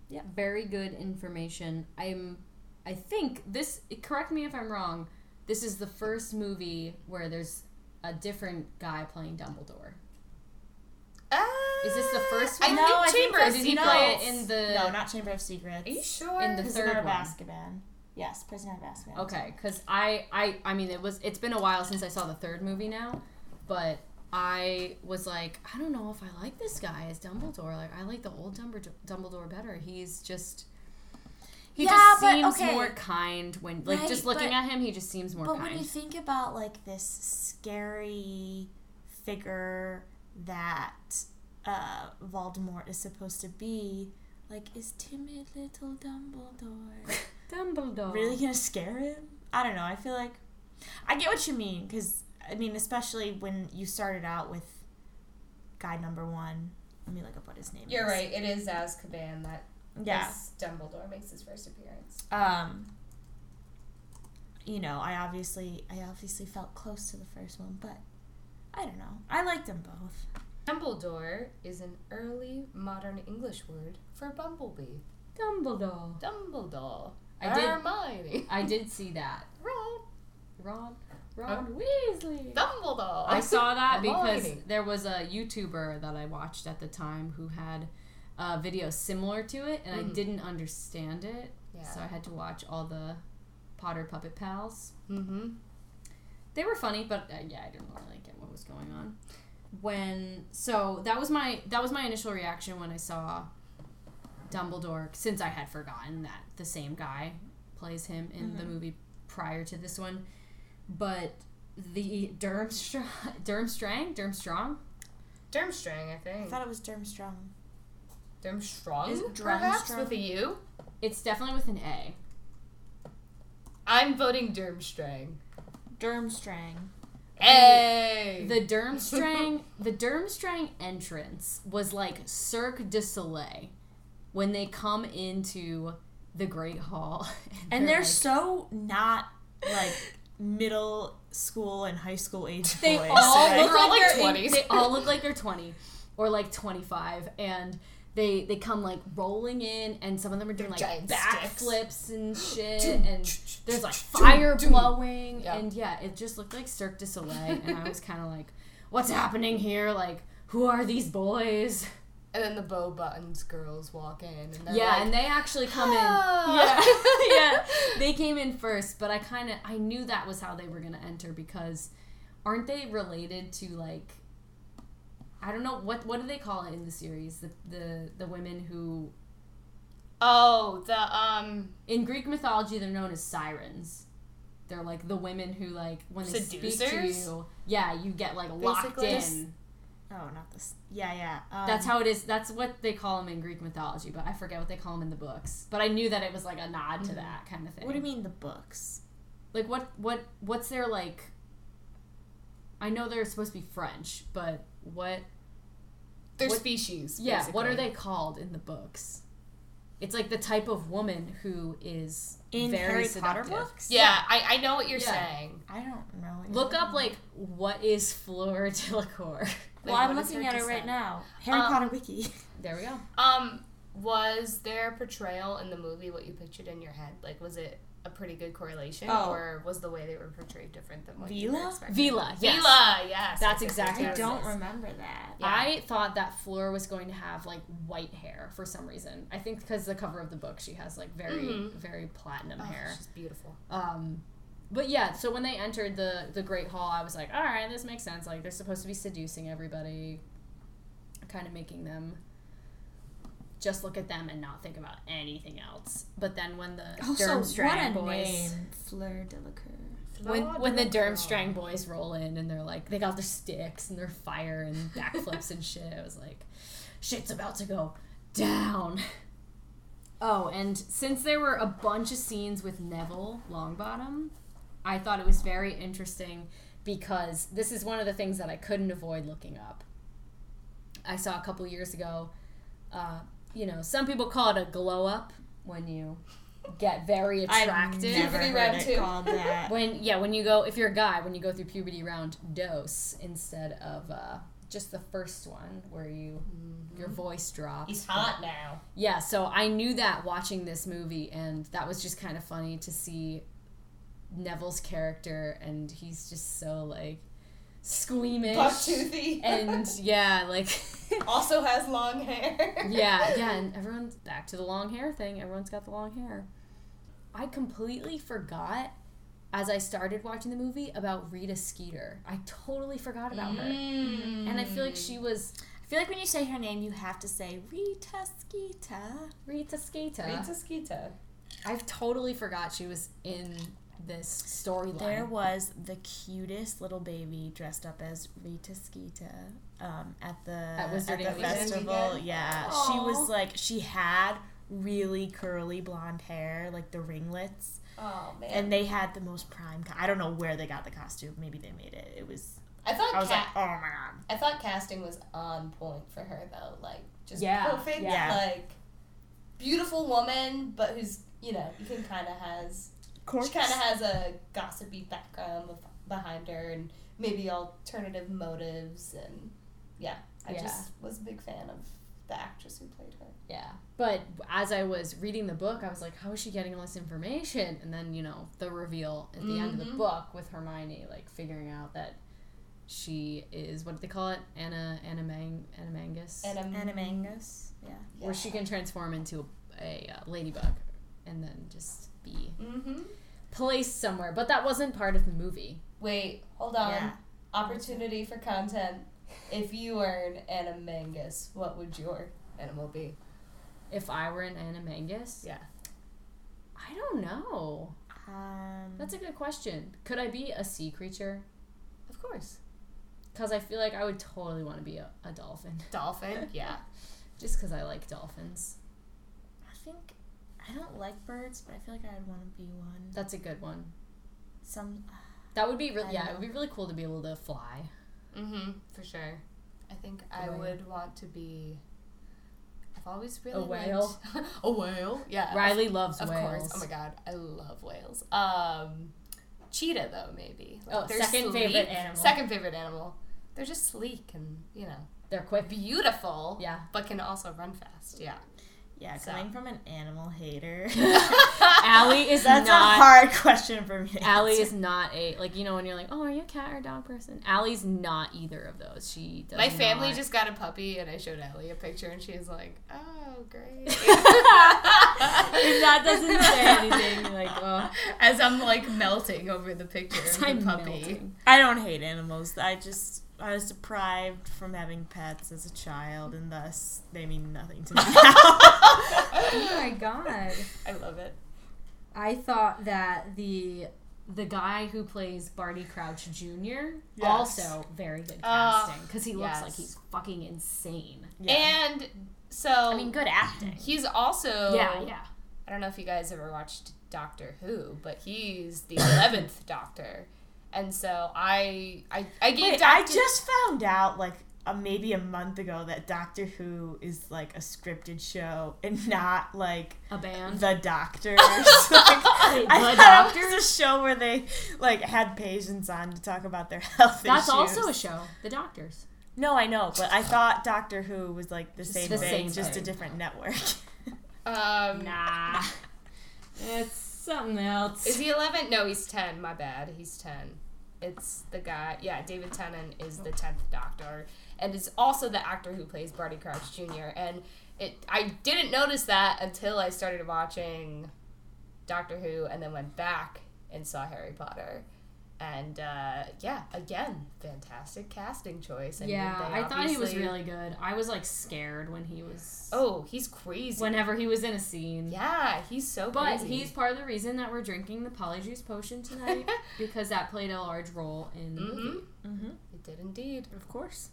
S1: Yeah, very good information. I'm, I think this. Correct me if I'm wrong. This is the first movie where there's a different guy playing Dumbledore. Is this the first
S7: Uh, I
S1: one?
S7: think
S2: I think
S7: Chamber
S1: Or
S7: of
S2: that's-
S1: did he
S7: Secrets.
S1: play it in the
S2: No, not Chamber of Secrets.
S7: Are you sure?
S1: in the
S2: Prisoner
S1: third
S2: of
S1: one?
S2: Azkaban. Yes, Prisoner of Azkaban.
S1: Okay, because I, I, I mean, it was. It's been a while since I saw the third movie now, but I was like, I don't know if I like this guy as Dumbledore. Like, I like the old Dumbledore, Dumbledore better. He's just. He
S2: Yeah,
S1: just
S2: but
S1: seems
S2: okay.
S1: more kind when, like, just
S2: Right,
S1: looking
S2: but-
S1: at him, he just seems more
S2: But
S1: kind.
S2: when you think about like this scary figure that uh, Voldemort is supposed to be, like is timid little Dumbledore
S7: Oh.
S1: Dumbledore.
S2: really gonna scare him? I don't know. I feel like I get what you mean because I mean, especially when you started out with guy number one. Let me look up what his name
S7: You're
S2: is.
S7: right. It is Azkaban that
S2: Yeah.
S7: yes. Dumbledore makes his first appearance.
S2: um you know i obviously i obviously felt close to the first one but i don't know i liked them both
S7: Dumbledore is an early modern English word for bumblebee.
S1: Dumbledore.
S7: Dumbledore.
S1: I did-
S7: Hermione.
S1: I did see that.
S7: Ron.
S1: Ron. Ron Weasley.
S7: Dumbledore.
S1: I saw that because
S7: Hermione.
S1: there was a YouTuber that I watched at the time who had a video similar to it, and I didn't understand it,
S7: Yeah.
S1: so I had to watch all the Potter Puppet Pals,
S7: Mm-hmm.
S1: They were funny, but uh, yeah, I didn't really get what was going on. When so that was my that was my initial reaction when I saw Dumbledore, since I had forgotten that the same guy plays him in the
S2: Mm-hmm.
S1: movie prior to this one. But the Durmstrang, Durmstrang, Durmstrong,
S7: Durmstrang, I think.
S2: I thought it was Durmstrong.
S7: Durmstrong,
S2: Is it
S7: perhaps
S2: Durmstrang?
S7: with a U.
S1: it's definitely with an A.
S7: I'm voting Durmstrang.
S2: Durmstrang.
S7: Hey,
S1: The Durmstrang, the Durmstrang entrance was like Cirque du Soleil when they come into the Great Hall,
S2: And they're
S1: like-
S2: so not like middle school and high school age
S1: they
S2: boys.
S1: all
S2: right?
S1: look
S7: They're all
S1: like,
S7: like
S1: they're in-
S7: 20s.
S1: they all look like they're 20 or like 25 and they they come like rolling in and some of them are doing like
S7: giant
S1: backflips and shit and there's like fire blowing
S7: Yeah.
S1: and yeah it just looked like Cirque du Soleil and I was kind of like what's happening here like who are these boys
S7: and then the bow buttons girls walk in, and they're
S1: yeah
S7: like,
S1: and they actually come in
S7: "Ah."
S1: yeah, they came in first, but I kind of I knew that was how they were gonna enter because aren't they related to like I don't know what what do they call it in the series the the the women who
S7: Oh, the um,
S1: in Greek mythology they're known as sirens. They're like the women who like when they speak to
S7: Seducers?
S1: you, yeah, you get like locked
S7: Basically.
S1: in.
S2: Oh, not this. Yeah, yeah. Um,
S1: That's how it is. That's what they call them in Greek mythology, but I forget what they call them in the books. But I knew that it was like a nod to that kind of thing.
S2: Mm. What do you mean the books?
S1: like what what what's their like i know they're supposed to be french but what
S7: their
S1: What-
S7: species.
S1: yeah what are
S7: basically.
S1: they called in the books it's like the type of woman who is
S2: In
S1: very
S2: Harry
S1: seductive.
S2: Potter books?
S7: Yeah, I, I know what you're
S1: Yeah.
S7: saying.
S2: I don't know.
S1: look up like what is fleur delacour
S2: Well,
S7: like,
S2: I'm
S7: what is
S2: looking
S7: her
S2: at it right
S7: descent?
S2: now. Harry
S7: Um,
S2: Potter wiki.
S1: there we go
S7: Um, was their portrayal in the movie what you pictured in your head? Like, was it a pretty good correlation,
S2: Oh.
S7: or was the way they were portrayed different than what you
S2: Vila?
S7: were expecting?
S1: Vila, yes.
S7: Vila, yes.
S1: That's
S7: I
S1: exactly
S7: think
S1: I
S7: that's
S1: don't
S7: it.
S2: remember that.
S7: Yeah.
S1: i thought that fleur was going to have like white hair for some reason i think because the cover of the book she has like very very platinum
S7: Oh,
S1: hair
S7: she's beautiful.
S1: Um, but yeah, so when they entered the the Great Hall, I was like, all right, this makes sense. Like they're supposed to be seducing everybody, kind of making them just look at them and not think about anything else. But then when the
S2: Oh,
S1: Durmstrang boys
S2: Fleur Delacour.
S1: when, when the Durmstrang boys roll in and they're like they got their sticks and their fire and backflips and shit, I was like, shit's about to go down. Oh, and since there were a bunch of scenes with Neville Longbottom, I thought it was very interesting because this is one of the things that I couldn't avoid looking up. I saw a couple years ago, uh, you know, some people call it a glow up when you get very attractive
S2: Never
S7: Puberty
S2: heard
S7: round
S2: it
S7: two.
S2: called that.
S1: when yeah when you go if you're a guy when you go through puberty round dose instead of uh, just the first one where you your voice drops
S7: He's hot now.
S1: yeah so i knew that watching this movie and that was just kind of funny to see neville's character and he's just so like squeamish
S7: Buck-toothy.
S1: and yeah like
S7: also has long hair.
S1: yeah, yeah, and everyone's back to the long hair thing. Everyone's got the long hair. I completely forgot as I started watching the movie about Rita Skeeter. I totally forgot about her. And I feel like she was
S2: I feel like when you say her name, you have to say Rita Skeeta.
S1: Rita Skeeter.
S7: Skeeta.
S1: I've totally forgot she was in this
S2: There
S1: storyline.
S2: was the cutest little baby dressed up as Rita Skeeta um, at the
S1: Wizarding
S2: the
S1: Weekend.
S2: festival. Yeah, she
S1: Aw.
S2: was like she had really curly blonde hair, like the ringlets,
S7: Oh man.
S2: and they had the most prime. Co- I don't know where they got the costume. Maybe they made it. It was.
S7: I thought
S2: I was like,
S7: Cat.
S2: oh my god.
S7: I thought casting was on point for her though, like just
S1: Yeah,
S7: perfect,
S2: yeah.
S7: like beautiful woman, but who's you know you can kind of has she kind of has a gossipy background bef- behind her and maybe alternative motives and yeah, I
S1: Yeah.
S7: just was a big fan of the actress who played her.
S1: Yeah. But as I was reading the book, I was like, how is she getting all this information? And then, you know, the reveal at the end of the book with Hermione, like figuring out that she is what do they call it? Anna Anna Mang Anna Mangus.
S7: And I'm,
S2: Animangus. Yeah.
S1: Where she can transform into a, a uh, ladybug and then just be
S7: Mm-hmm.
S1: placed somewhere. But that wasn't part of the movie.
S7: Wait, hold on.
S2: Yeah.
S7: Opportunity for content. If you were an animangus, what would your animal be?
S1: If I were an animangus,
S7: Yeah.
S1: I don't know.
S2: Um,
S1: That's a good question. Could I be a sea creature?
S7: Of course.
S1: Because I feel like I would totally want to be a, a dolphin,
S7: Dolphin? Yeah.
S1: just because I like dolphins.
S2: I think I don't like birds, but I feel like I'd want to be one.
S1: That's a good one.
S2: Some
S1: That would be really
S2: I
S1: yeah.
S2: know.
S1: It would be really cool to be able to fly.
S7: Mm-hmm. For sure. I think I
S1: Whale.
S7: would want to be. I've always really
S1: whale?
S7: liked a whale. Yeah.
S1: Riley loves
S7: Of
S1: whales.
S7: course. Oh my god, I love whales. Um, cheetah though maybe.
S1: Oh, second favorite animal.
S7: Second favorite animal. They're just sleek and you know
S1: They're quick.
S7: beautiful.
S1: Yeah.
S7: But can also run fast. Yeah.
S2: yeah,
S7: So.
S2: coming from an animal hater.
S1: Allie is
S2: That's
S1: not.
S2: a hard question for me. to
S1: Allie
S2: answer.
S1: is not a like you know when you're like oh are you a cat or dog person. Allie's not either of those. She does
S7: My family
S1: not-
S7: just got a puppy, and I showed Ellie a picture, and she was like, "Oh, great."
S1: if that doesn't say anything like oh
S7: As I'm like melting over the picture of the
S1: I'm
S7: puppy.
S1: melting.
S2: I don't hate animals. I just I was deprived from having pets as a child, and thus they mean nothing to me.
S1: Oh my god.
S7: I love it.
S1: I thought that the the guy who plays Barty Crouch Jr. also very good casting because he looks
S7: yes.
S1: like he's fucking insane.
S7: And so
S1: I mean, good acting.
S7: he's also
S1: Yeah, yeah.
S7: I don't know if you guys ever watched Doctor Who, but he's the eleventh Doctor, and so I I I gave
S2: Wait, I
S7: Doctor
S2: just found out like uh, maybe a month ago that Doctor Who is like a scripted show and not like
S1: A band.
S2: the Doctors. Like,
S1: Wait,
S2: I
S1: The
S2: thought
S1: Doctor?
S2: it was a show where they like had patients on to talk about their health
S1: That's
S2: issues.
S1: also a show. The Doctors.
S2: no, I know, but I thought Doctor Who was like the same
S1: the
S2: thing,
S1: same
S2: just a
S1: thing.
S2: different network.
S7: um
S1: Nah. it's something else.
S7: is he eleven? No, he's ten. My bad, he's ten. It's the guy. Yeah, David Tennant is the tenth Doctor, and it's also the actor who plays Barty Crouch Jr. And it I didn't notice that until I started watching Doctor Who, and then went back and saw Harry Potter. And uh, yeah, again, fantastic casting choice. I mean,
S1: yeah,
S7: they
S1: I thought he was
S7: obviously-
S1: really good. I was like scared when he was.
S7: Oh, he's crazy.
S1: Whenever he was in a scene.
S7: yeah, he's so
S1: But
S7: crazy.
S1: he's part of the reason that we're drinking the polyjuice potion tonight because that played a large role in the
S7: Mm-hmm.
S1: movie.
S7: He did indeed.
S2: of course.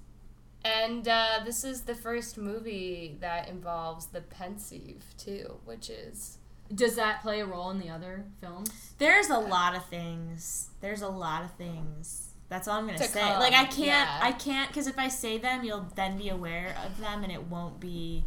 S7: And uh, this is the first movie that involves the pensive too, which is
S1: Does that play a role in the other films?
S2: There's a lot of things. There's a lot of things. That's all I'm gonna
S7: To
S2: say.
S7: come,
S2: Like I can't,
S7: yeah.
S2: I can't, because if I say them, you'll then be aware of them, and it won't be.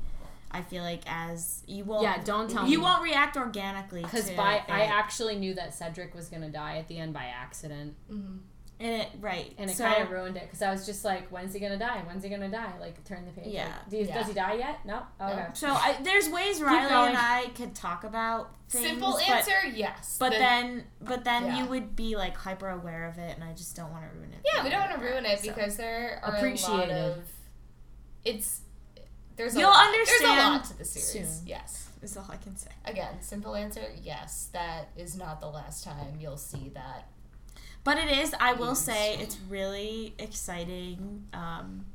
S2: I feel like as you won't.
S1: Yeah, don't tell
S2: You
S1: me.
S2: won't react organically.
S1: Because
S2: to
S1: by
S2: it.
S1: I actually knew that Cedric was gonna die at the end by accident,
S2: and it, right
S1: and it
S2: so,
S1: kind of ruined it. Because I was just like, "When's he gonna die? When's he gonna die?" Like, turn the page. like,
S2: Yeah,
S1: Do you-
S7: yeah.
S1: Does he die yet? No. Okay.
S2: So I, there's ways Riley
S1: going.
S2: and I could talk about things,
S7: simple
S2: but-
S7: answer. yes,
S2: But
S7: The-
S2: then, but then
S7: Yeah.
S2: you would be like hyper aware of it, and I just don't want to ruin it.
S7: yeah, we don't want to ruin it because there are a lot
S1: Appreciated.
S7: of it's there's
S2: You'll
S7: a lot, there's a
S2: understand
S7: lot to the series.
S2: soon.
S7: Yes,
S2: Is all I can say.
S7: again, simple answer. Yes, that is not the last time you'll see that.
S2: But it is, I will say, it's really exciting um,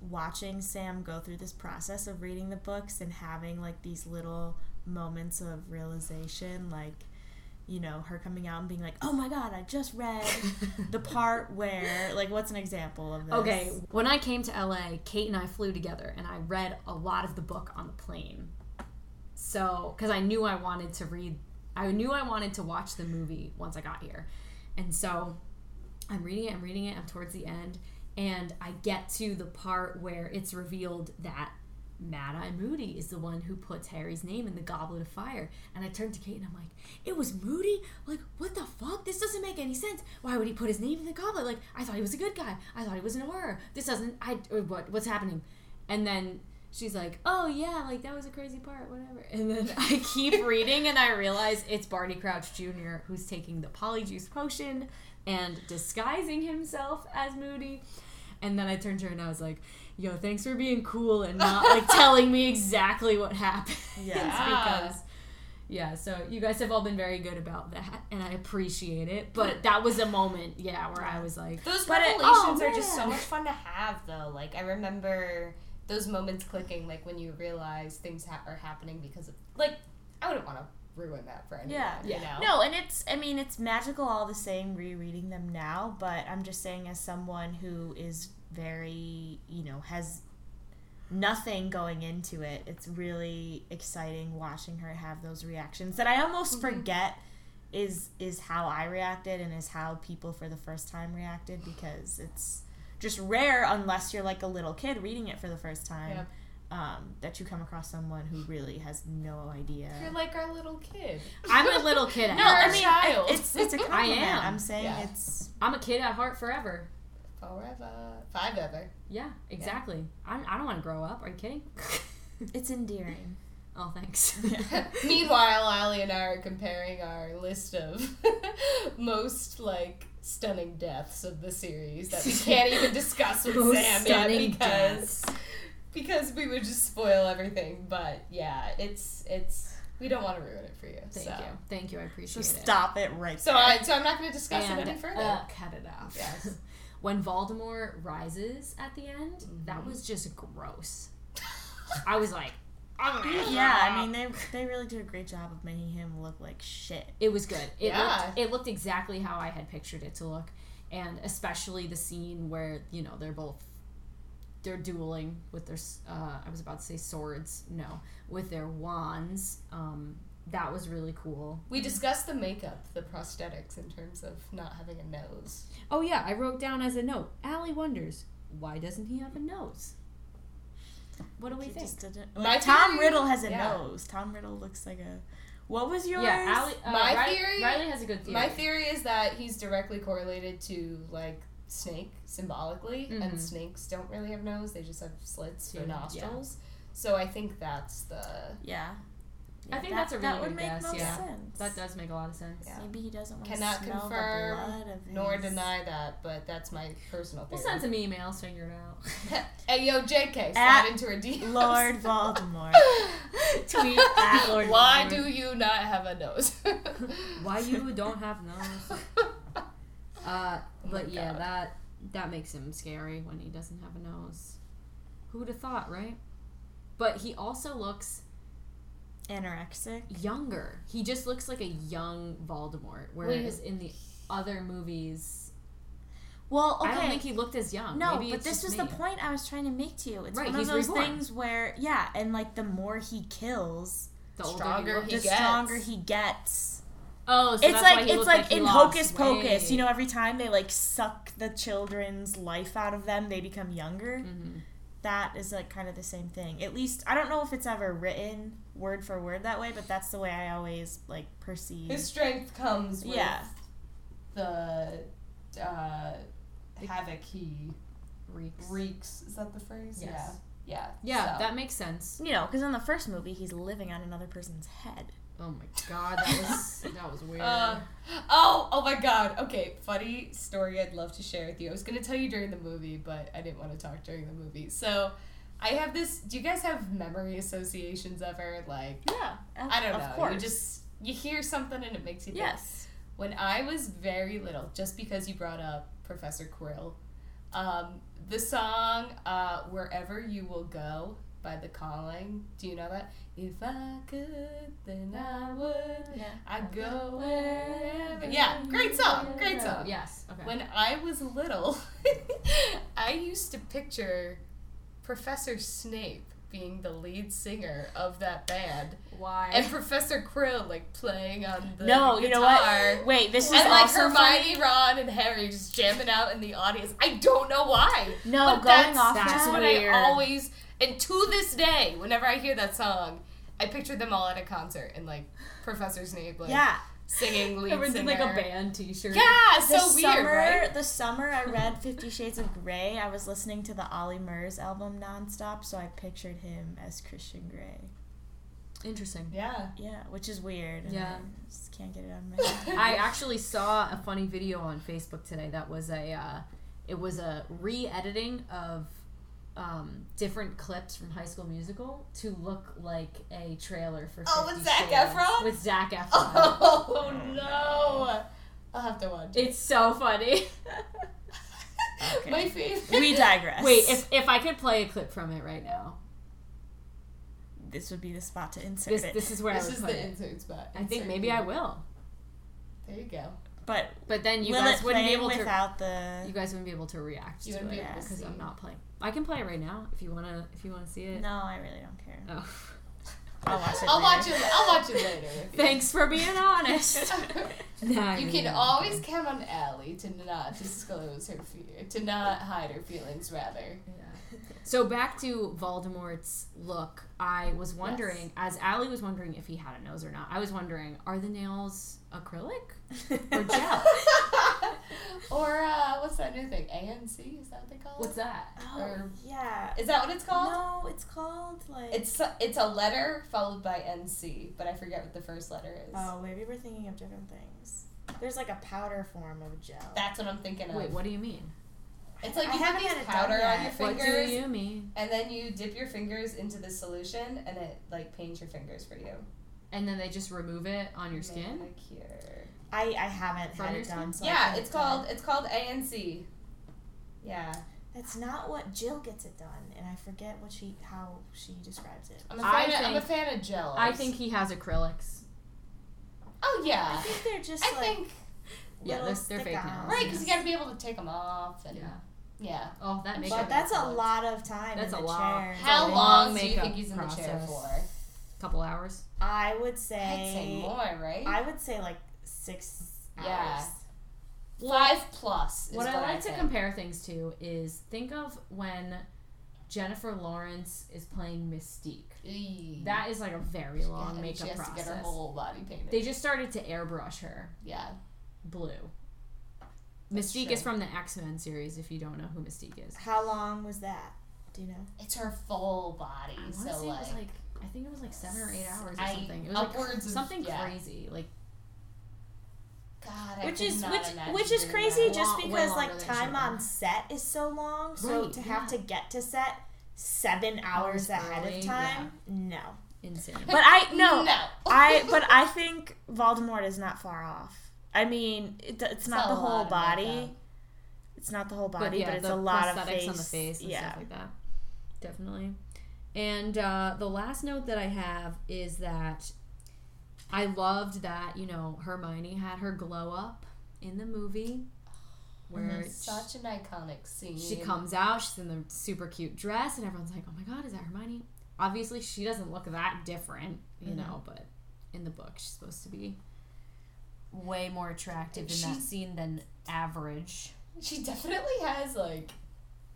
S2: watching Sam go through this process of reading the books and having like these little moments of realization, like, you know, her coming out and being like, oh my god, I just read the part where, like, what's an example of this?
S1: Okay. When I came to LA, Kate and I flew together, and I read a lot of the book on the plane. So, because I knew I wanted to read, I knew I wanted to watch the movie once I got here, and so I'm reading it. I'm reading it. I'm towards the end, and I get to the part where it's revealed that Mad Eye Moody is the one who puts Harry's name in the Goblet of Fire. And I turned to Kate and I'm like, it was Moody? Like, what the fuck? This doesn't make any sense. Why would he put his name in the goblet? Like, I thought he was a good guy. I thought he was an horror. This doesn't. I. or What? What's happening? And then she's like, oh yeah, like that was a crazy part, whatever. And then I keep reading and I realize it's Barty Crouch Jr. who's taking the polyjuice potion and disguising himself as Moody. And then I turned to her and I was like, yo, thanks for being cool and not like telling me exactly what happened.
S2: Yeah.
S1: because Yeah, so you guys have all been very good about that, and I appreciate it. But that was a moment, yeah, where I was like,
S7: Those
S1: but it-
S7: revelations
S1: oh,
S7: are just so
S1: man.
S7: much fun to have, though. Like I remember those moments clicking, like when you realize things ha- are happening because of like I wouldn't want to ruin that for anyone.
S2: Yeah.
S7: you
S1: Yeah.
S7: know.
S2: No, and it's I mean it's magical all the same rereading them now, but I'm just saying as someone who is very, you know, has nothing going into it, it's really exciting watching her have those reactions that I almost forget is is how I reacted and is how people for the first time reacted because it's just rare unless you're like a little kid reading it for the first time.
S7: Yep.
S2: Um, that you come across someone who really has no idea.
S7: You're like our little kid.
S1: I'm a little kid. At
S2: No,
S1: heart.
S2: I
S7: You're a
S2: mean,
S7: child.
S2: it's it's a compliment. I
S1: am.
S2: am. saying
S7: Yeah.
S2: it's
S1: I'm a kid at heart forever.
S7: Forever, five ever.
S1: Yeah, exactly. I'm- I don't want to grow up. Are you kidding?
S2: it's endearing.
S1: oh, thanks.
S7: Meanwhile, Ali and I are comparing our list of most like stunning deaths of the series that we can't even discuss with
S1: Most
S7: Sam yet
S1: stunning
S7: because
S1: deaths.
S7: because we would just spoil everything. But yeah, it's it's we don't want to ruin it for you.
S1: Thank
S7: so.
S1: you. Thank you. I
S2: So
S1: appreciate it.
S2: stop it right
S7: So
S2: there.
S7: I so I'm not going to discuss
S1: And,
S7: it any further.
S1: uh, cut it off.
S7: Yes.
S1: when Voldemort rises at the end, that
S7: Mm-hmm.
S1: was just gross. I was like,
S2: yeah, I mean they they really did a great job of making him look like shit.
S1: It was good. It
S7: Yeah.
S1: looked it looked exactly how I had pictured it to look, and especially the scene where you know they're both they're dueling with their s- uh, I was about to say swords no with their wands. Um, that was really cool.
S7: we discussed the makeup, the prosthetics, in terms of not having a nose.
S1: Oh yeah, I wrote down as a note. Allie wonders why doesn't he have a nose. What do we
S2: He
S1: think?
S2: just didn't.
S7: My
S2: like, Tom
S7: theory-
S2: Riddle has a
S7: yeah.
S2: nose. Tom Riddle looks like a. What was yours?
S1: Yeah, Allie. Uh,
S7: My
S1: Riley,
S7: theory-
S1: Riley has a good theory.
S7: My theory is that he's directly correlated to like snake symbolically,
S1: Mhm.
S7: and snakes don't really have nose; they just have slits for
S1: Yeah.
S7: nostrils. So I think that's the
S2: Yeah.
S1: I think
S2: that-
S1: that's a really
S2: that would
S1: good
S2: make
S1: guess,
S2: most
S1: yeah.
S2: sense.
S1: that does make a lot of sense.
S7: Yeah.
S2: Maybe he doesn't want
S7: Cannot
S2: to smell
S7: confirm
S2: the blood of his...
S7: nor deny that, but that's my personal
S1: We'll
S7: theory.
S1: send some emails, figure it out.
S7: hey yo, JK, slide
S2: At
S7: into her DMs.
S2: Lord Voldemort.
S1: Tweet at Lord
S7: Why
S1: Voldemort.
S7: do you not have a nose?
S1: why you don't have nose. Uh, but yeah,
S7: God.
S1: that that makes him scary when he doesn't have a nose. Who'd have thought, right? But he also looks
S2: Anorexic.
S1: younger. He just looks like a young Voldemort, whereas in the other movies,
S2: Well, okay.
S1: I don't think he looked as young.
S2: No,
S1: Uh, Maybe
S2: but
S1: it's
S2: this
S1: just
S2: was
S1: me.
S2: the point I was trying to make to you. It's
S1: Right,
S2: one of
S1: he's
S2: those
S1: reborn.
S2: things where, yeah, and like the more he kills,
S1: The older
S7: Stronger
S1: He
S7: he-
S1: looks.
S2: the
S7: gets.
S2: stronger he gets.
S1: Oh, so
S2: it's
S1: that's why
S2: like
S1: he
S2: it's
S1: looked
S2: like,
S1: he
S2: in
S1: lost
S2: Hocus Pocus.
S1: weight.
S2: You know, every time they like suck the children's life out of them, they become younger.
S1: Mm-hmm.
S2: That is like kind of the same thing. At least I don't know if it's ever written word for word that way, but that's the way I always like perceive.
S7: His strength comes with
S2: yeah,
S7: the uh, havoc he
S1: Reeks.
S7: reeks. Is that the phrase?
S1: Yes.
S7: Yeah. Yeah.
S1: Yeah,
S7: so.
S1: that makes sense.
S2: you know, because in the first movie he's living on another person's head.
S1: Oh my god, that was that was weird.
S7: Uh, oh, oh my God. Okay, funny story I'd love to share with you. I was gonna tell you during the movie, but I didn't want to talk during the movie. So, I have this. Do you guys have memory associations ever? Like,
S2: Yeah,
S7: I don't
S2: of
S7: know.
S2: Course.
S7: You just you hear something and it makes you think.
S2: yes.
S7: When I was very little, just because you brought up Professor Quirrell, um, the song uh, "Wherever You Will Go" by The Calling. Do you know that? If I could, then I would.
S2: Yeah.
S7: I'd go wherever. Yeah, great song. Great song.
S1: Yes. Okay.
S7: When I was little, I used to picture Professor Snape being the lead singer of that band
S1: Why?
S7: and Professor Krill like playing on the guitar.
S2: No, you know what? Wait, this is
S7: And like
S2: also
S7: Hermione, Ron, and Harry just jamming out in the audience. I don't know why.
S2: No,
S7: but
S2: going
S7: that's,
S2: off
S7: that's
S2: that-
S7: what
S1: weird.
S7: I always and to this day, whenever I hear that song, I picture them all at a concert and like Professor Snape like
S2: Yeah.
S7: singing lead
S1: Everyone
S7: singer.
S1: did like a band T-shirt.
S7: Yeah,
S2: The
S7: so weird,
S2: summer,
S7: right?
S2: The summer I read Fifty Shades of Grey, I was listening to the Ollie Murs album nonstop, so I pictured him as Christian Grey.
S1: Interesting.
S7: Yeah.
S2: Yeah, which is weird. and
S1: Yeah.
S2: I just can't get it out of my head.
S1: I actually saw a funny video on Facebook today that was a uh, it was a re-editing of um, different clips from High School Musical to look like a trailer for.
S7: Oh, with
S1: 50
S7: Zac
S1: Shades-
S7: Efron?
S1: With Zac Efron.
S7: Oh no! I'll have to watch. it.
S1: It's so funny.
S7: My favorite.
S2: We digress.
S1: Wait, if if I could play a clip from it right now,
S2: this would be the spot to insert
S1: this
S2: it.
S1: this is where I
S7: This
S1: would
S7: is
S1: put
S7: the
S1: it.
S7: insert spot.
S1: I think
S7: Insert
S1: maybe
S7: here.
S1: I will,
S7: There you go.
S2: but
S1: but then you
S2: will
S1: guys
S2: it
S1: wouldn't be
S2: play
S1: able to.
S2: without
S1: You
S2: the?
S1: guys wouldn't be able to react
S7: You
S1: to
S7: wouldn't be
S1: it
S7: able to
S1: because I'm
S7: see.
S1: not playing. I can play it right now if you wanna if you wanna see it.
S2: No, I really don't care.
S1: Oh.
S2: I'll watch it.
S7: I'll watch
S2: later.
S7: it. I'll watch it later.
S1: Thanks for being honest. Nah,
S7: You
S1: I
S7: can
S1: mean-
S7: always count on Allie to not disclose her fear, to not hide her feelings, rather.
S1: So back to Voldemort's look. I was wondering, as Allie was wondering if he had a nose or not. I was wondering, are the nails acrylic or gel?
S7: Or uh, what's that new thing? ANC is that what they call
S1: What's
S7: it?
S1: that?
S2: Oh,
S7: Or-
S2: yeah.
S7: Is that what it's called?
S2: No, it's called like.
S7: It's it's a letter followed by NC, but I forget what the first letter is.
S2: Oh, maybe we're thinking of different things. There's like a powder form of gel.
S7: That's what I'm thinking of.
S1: Wait, what do you mean?
S7: It's like
S2: I
S7: you put
S2: haven't
S7: these
S2: had it done
S7: powder on
S2: yet.
S7: your
S1: What
S7: fingers,
S1: do you mean?
S7: and then you dip your fingers into the solution, and it like paints your fingers for you.
S1: And then they just remove it on your skin?
S7: Manicure.
S2: I I haven't
S1: From
S2: had
S1: your
S2: it done.
S1: skin?
S2: So I
S7: Yeah,
S2: can't
S7: it's
S2: tell.
S7: called it's called ANC. Yeah,
S2: That's not what Jill gets it done, and I forget what she how she describes it.
S7: I'm a
S1: I
S7: fan. Of, I'm a
S1: think-
S7: fan of gels.
S1: I think he has acrylics.
S7: Oh yeah.
S2: I think they're just
S7: I
S2: like
S7: think
S1: Yeah,
S2: little
S1: they're- they're fake
S2: stick-ons.
S1: nails.
S7: right because you got to be able to take them off and yeah.
S1: Yeah. Oh, that makeup.
S2: But that's a
S1: acrylics.
S2: lot of time.
S1: That's
S2: in
S1: a
S2: the
S1: lot.
S2: Chair.
S7: How
S1: long
S7: long do you
S1: makeup
S7: think he's in the chair
S1: process.
S7: for?
S1: Couple hours.
S2: I would say.
S7: I'd say more, right?
S2: I would say like six
S7: Yeah.
S2: hours.
S7: Five plus. Is
S1: what I like to
S7: think.
S1: compare things to is think of when Jennifer Lawrence is playing Mystique.
S7: Eee.
S1: That is like a very
S7: Yeah,
S1: long
S7: and
S1: makeup
S7: she has
S1: process.
S7: to get her whole body painted.
S1: They just started to airbrush her
S7: yeah.
S1: blue.
S7: That's
S1: Mystique
S7: true.
S1: is from the X Men series. If you don't know who Mystique is,
S2: How long was that? Do you know?
S7: It's her full body.
S1: I want to
S7: so
S1: say it
S7: like,
S1: was like I think it was like seven or eight hours or
S7: I-
S1: something. It was like
S7: upwards of-
S1: something
S7: yeah.
S1: crazy. Like
S7: God, I
S2: which
S7: could
S2: is
S7: not
S2: which
S7: imagine
S2: which is
S7: doing
S2: crazy
S7: that.
S2: just
S1: Lo- way
S2: because
S1: longer
S2: like
S1: than it
S2: time
S1: should've
S2: on
S1: been.
S2: set is so long so
S1: Right,
S2: to have to
S1: yeah.
S2: get to set seven hours
S1: Hours
S2: ahead
S1: early,
S2: of time no
S1: insane.
S2: but i no,
S7: No.
S2: i but i think voldemort is not far off i mean it, it's not
S7: a
S2: the whole
S7: lot of
S2: body
S7: makeup.
S2: it's not the whole
S1: but
S2: body
S1: yeah,
S2: but it's
S1: the
S2: a lot of
S1: prosthetics
S2: face
S1: on the face and
S2: yeah
S1: stuff like that. Definitely. And uh, the last note that I have is that I loved that you know Hermione had her glow up in the movie where she-
S7: Such an iconic scene.
S1: She comes out, she's in the super cute dress, and everyone's like, oh my god, is that Hermione? Obviously, she doesn't look that different, you know, but in the book, she's supposed to be way more attractive in that
S7: She-
S1: scene than average.
S7: She definitely has like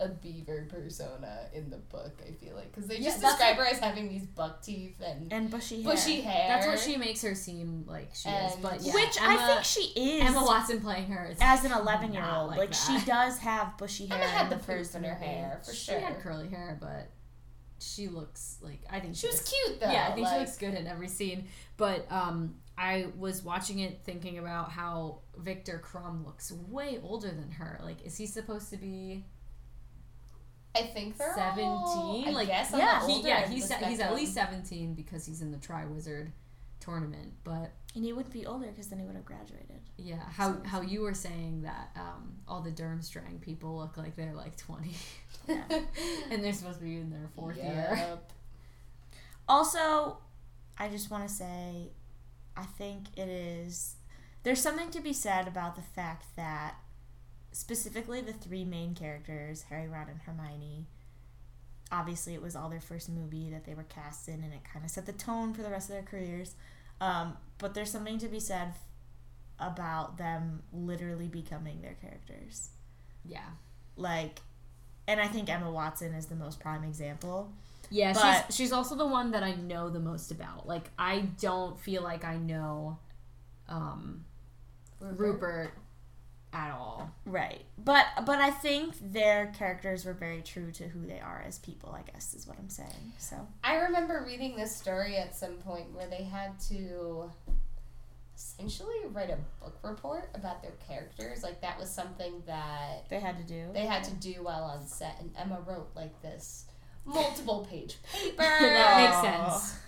S7: a beaver persona in the book. I feel like because they
S1: Yeah,
S7: just
S1: that's
S7: describe her as having these buck teeth and,
S2: and bushy hair
S7: bushy hair.
S1: That's what she makes her seem like she is.
S7: And-
S1: But yeah,
S2: which
S1: Emma,
S2: i think she is
S1: Emma Watson playing her is.
S2: as an 11 year
S1: not
S2: old
S1: like
S2: like, she
S1: that.
S2: does have bushy hair
S7: Emma had
S2: in
S7: the
S2: first
S7: poof in her
S2: movie.
S7: hair for
S1: she
S7: sure.
S1: had curly hair, but she looks like I think
S7: She was
S1: looks-
S7: cute though.
S1: Yeah, I think
S7: like,
S1: she looks good in every scene. But um, I was watching it thinking about how Victor Crumb looks way older than her. Like, is he supposed to be
S7: I think they're all- I
S1: seventeen? Like,
S7: guess on the
S1: yeah, he,
S7: older
S1: yeah,
S7: end of
S1: he's
S7: the
S1: he's at
S7: spectrum.
S1: least seventeen because he's in the Triwizard tournament. But
S2: and he would be older because then he would have graduated
S1: yeah, how how you were saying that um, all the Durmstrang people look like they're like twenty, and they're supposed to be in their fourth year.
S7: Yep.
S2: Also, I just want to say, I think it is. There's something to be said about the fact that specifically the three main characters, Harry, Ron, and Hermione, obviously it was all their first movie that they were cast in, and it kind of set the tone for the rest of their careers. Um, but there's something to be said f- about them literally becoming their characters
S1: Yeah,
S2: like and i think emma watson is the most prime example
S1: Yeah,
S2: But-
S1: she's she's also the one that I know the most about. Like I don't feel like I know um Rupert, at all.
S2: Right. But but I think their characters were very true to who they are as people, I guess is what I'm saying. So
S7: I remember reading this story at some point where they had to essentially write a book report about their characters. Like that was something that
S2: They had to do.
S7: they had to do while on set, and Emma wrote like this multiple page paper.
S1: That
S2: Oh.
S1: makes sense.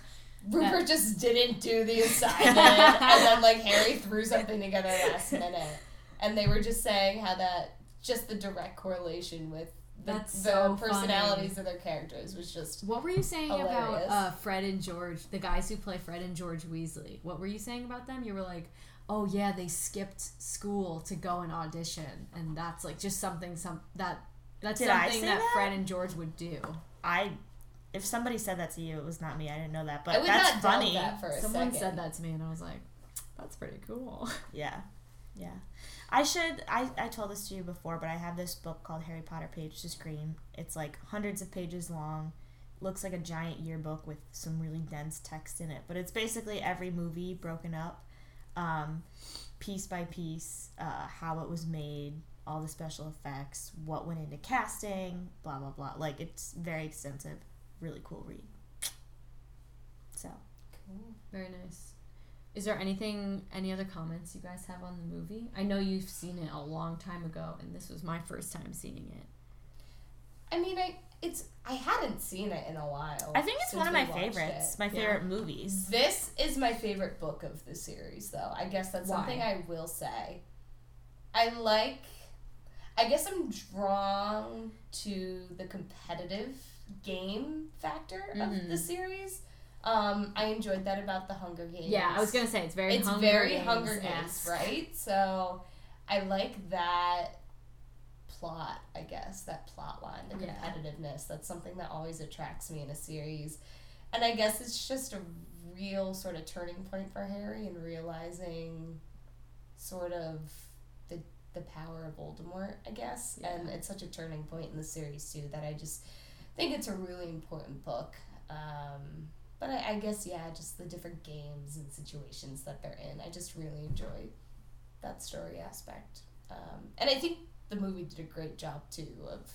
S7: Rupert just didn't do the assignment, and then like Harry threw something together last minute, and they were just saying how that just the direct correlation with the,
S1: That's
S7: the
S1: so
S7: personalities of their characters was just
S1: What were you saying
S7: Hilarious.
S1: about uh, Fred and George, the guys who play Fred and George Weasley? What were you saying about them? You were like, oh yeah, they skipped school to go and audition, and that's like just something some that that's
S2: Did I
S1: something
S2: say
S1: that,
S2: that?
S1: Fred and George would do.
S2: I, if somebody said that to you, it was not me. I didn't know that,
S7: I
S2: but
S7: would
S2: that's
S7: not doubt
S2: funny.
S7: that for a
S1: Someone
S7: second.
S1: said that to me, and I was like, that's pretty cool.
S2: Yeah, yeah. I should. I I told this to you before, but I have this book called Harry Potter Page to Scream. It's like hundreds of pages long. Looks like a giant yearbook with some really dense text in it, but it's basically every movie broken up, um, piece by piece, uh, how it was made, all the special effects, what went into casting, blah blah blah. Like it's very extensive, really cool read. So
S1: Very nice. Is there anything, any other comments you guys have on the movie? I know you've seen it a long time ago, and this was my first time seeing it.
S7: I mean, I it's I hadn't seen it in a while.
S2: I think it's
S7: since
S2: one of
S7: we
S2: my
S7: watched
S2: favorites.
S7: it.
S2: My favorite movies.
S7: This is my favorite book of the series, though. I guess that's
S1: Why?
S7: something I will say. I like. I guess I'm drawn to the competitive game factor
S1: Mm-hmm.
S7: of the series. Um, I enjoyed that about the Hunger Games.
S1: Yeah, I was gonna say it's very
S7: it's
S1: Hunger
S7: very
S1: Games
S7: Hunger Games, right? So I like that plot, I guess, that plot line, the
S1: Yeah.
S7: competitiveness. That's something that always attracts me in a series. And I guess it's just a real sort of turning point for Harry and realizing sort of the the power of Voldemort, I guess. And it's such a turning point in the series too that I just think it's a really important book. Um, but I, I guess yeah, just the different games and situations that they're in. I just really enjoy that story aspect, um, and I think the movie did a great job too of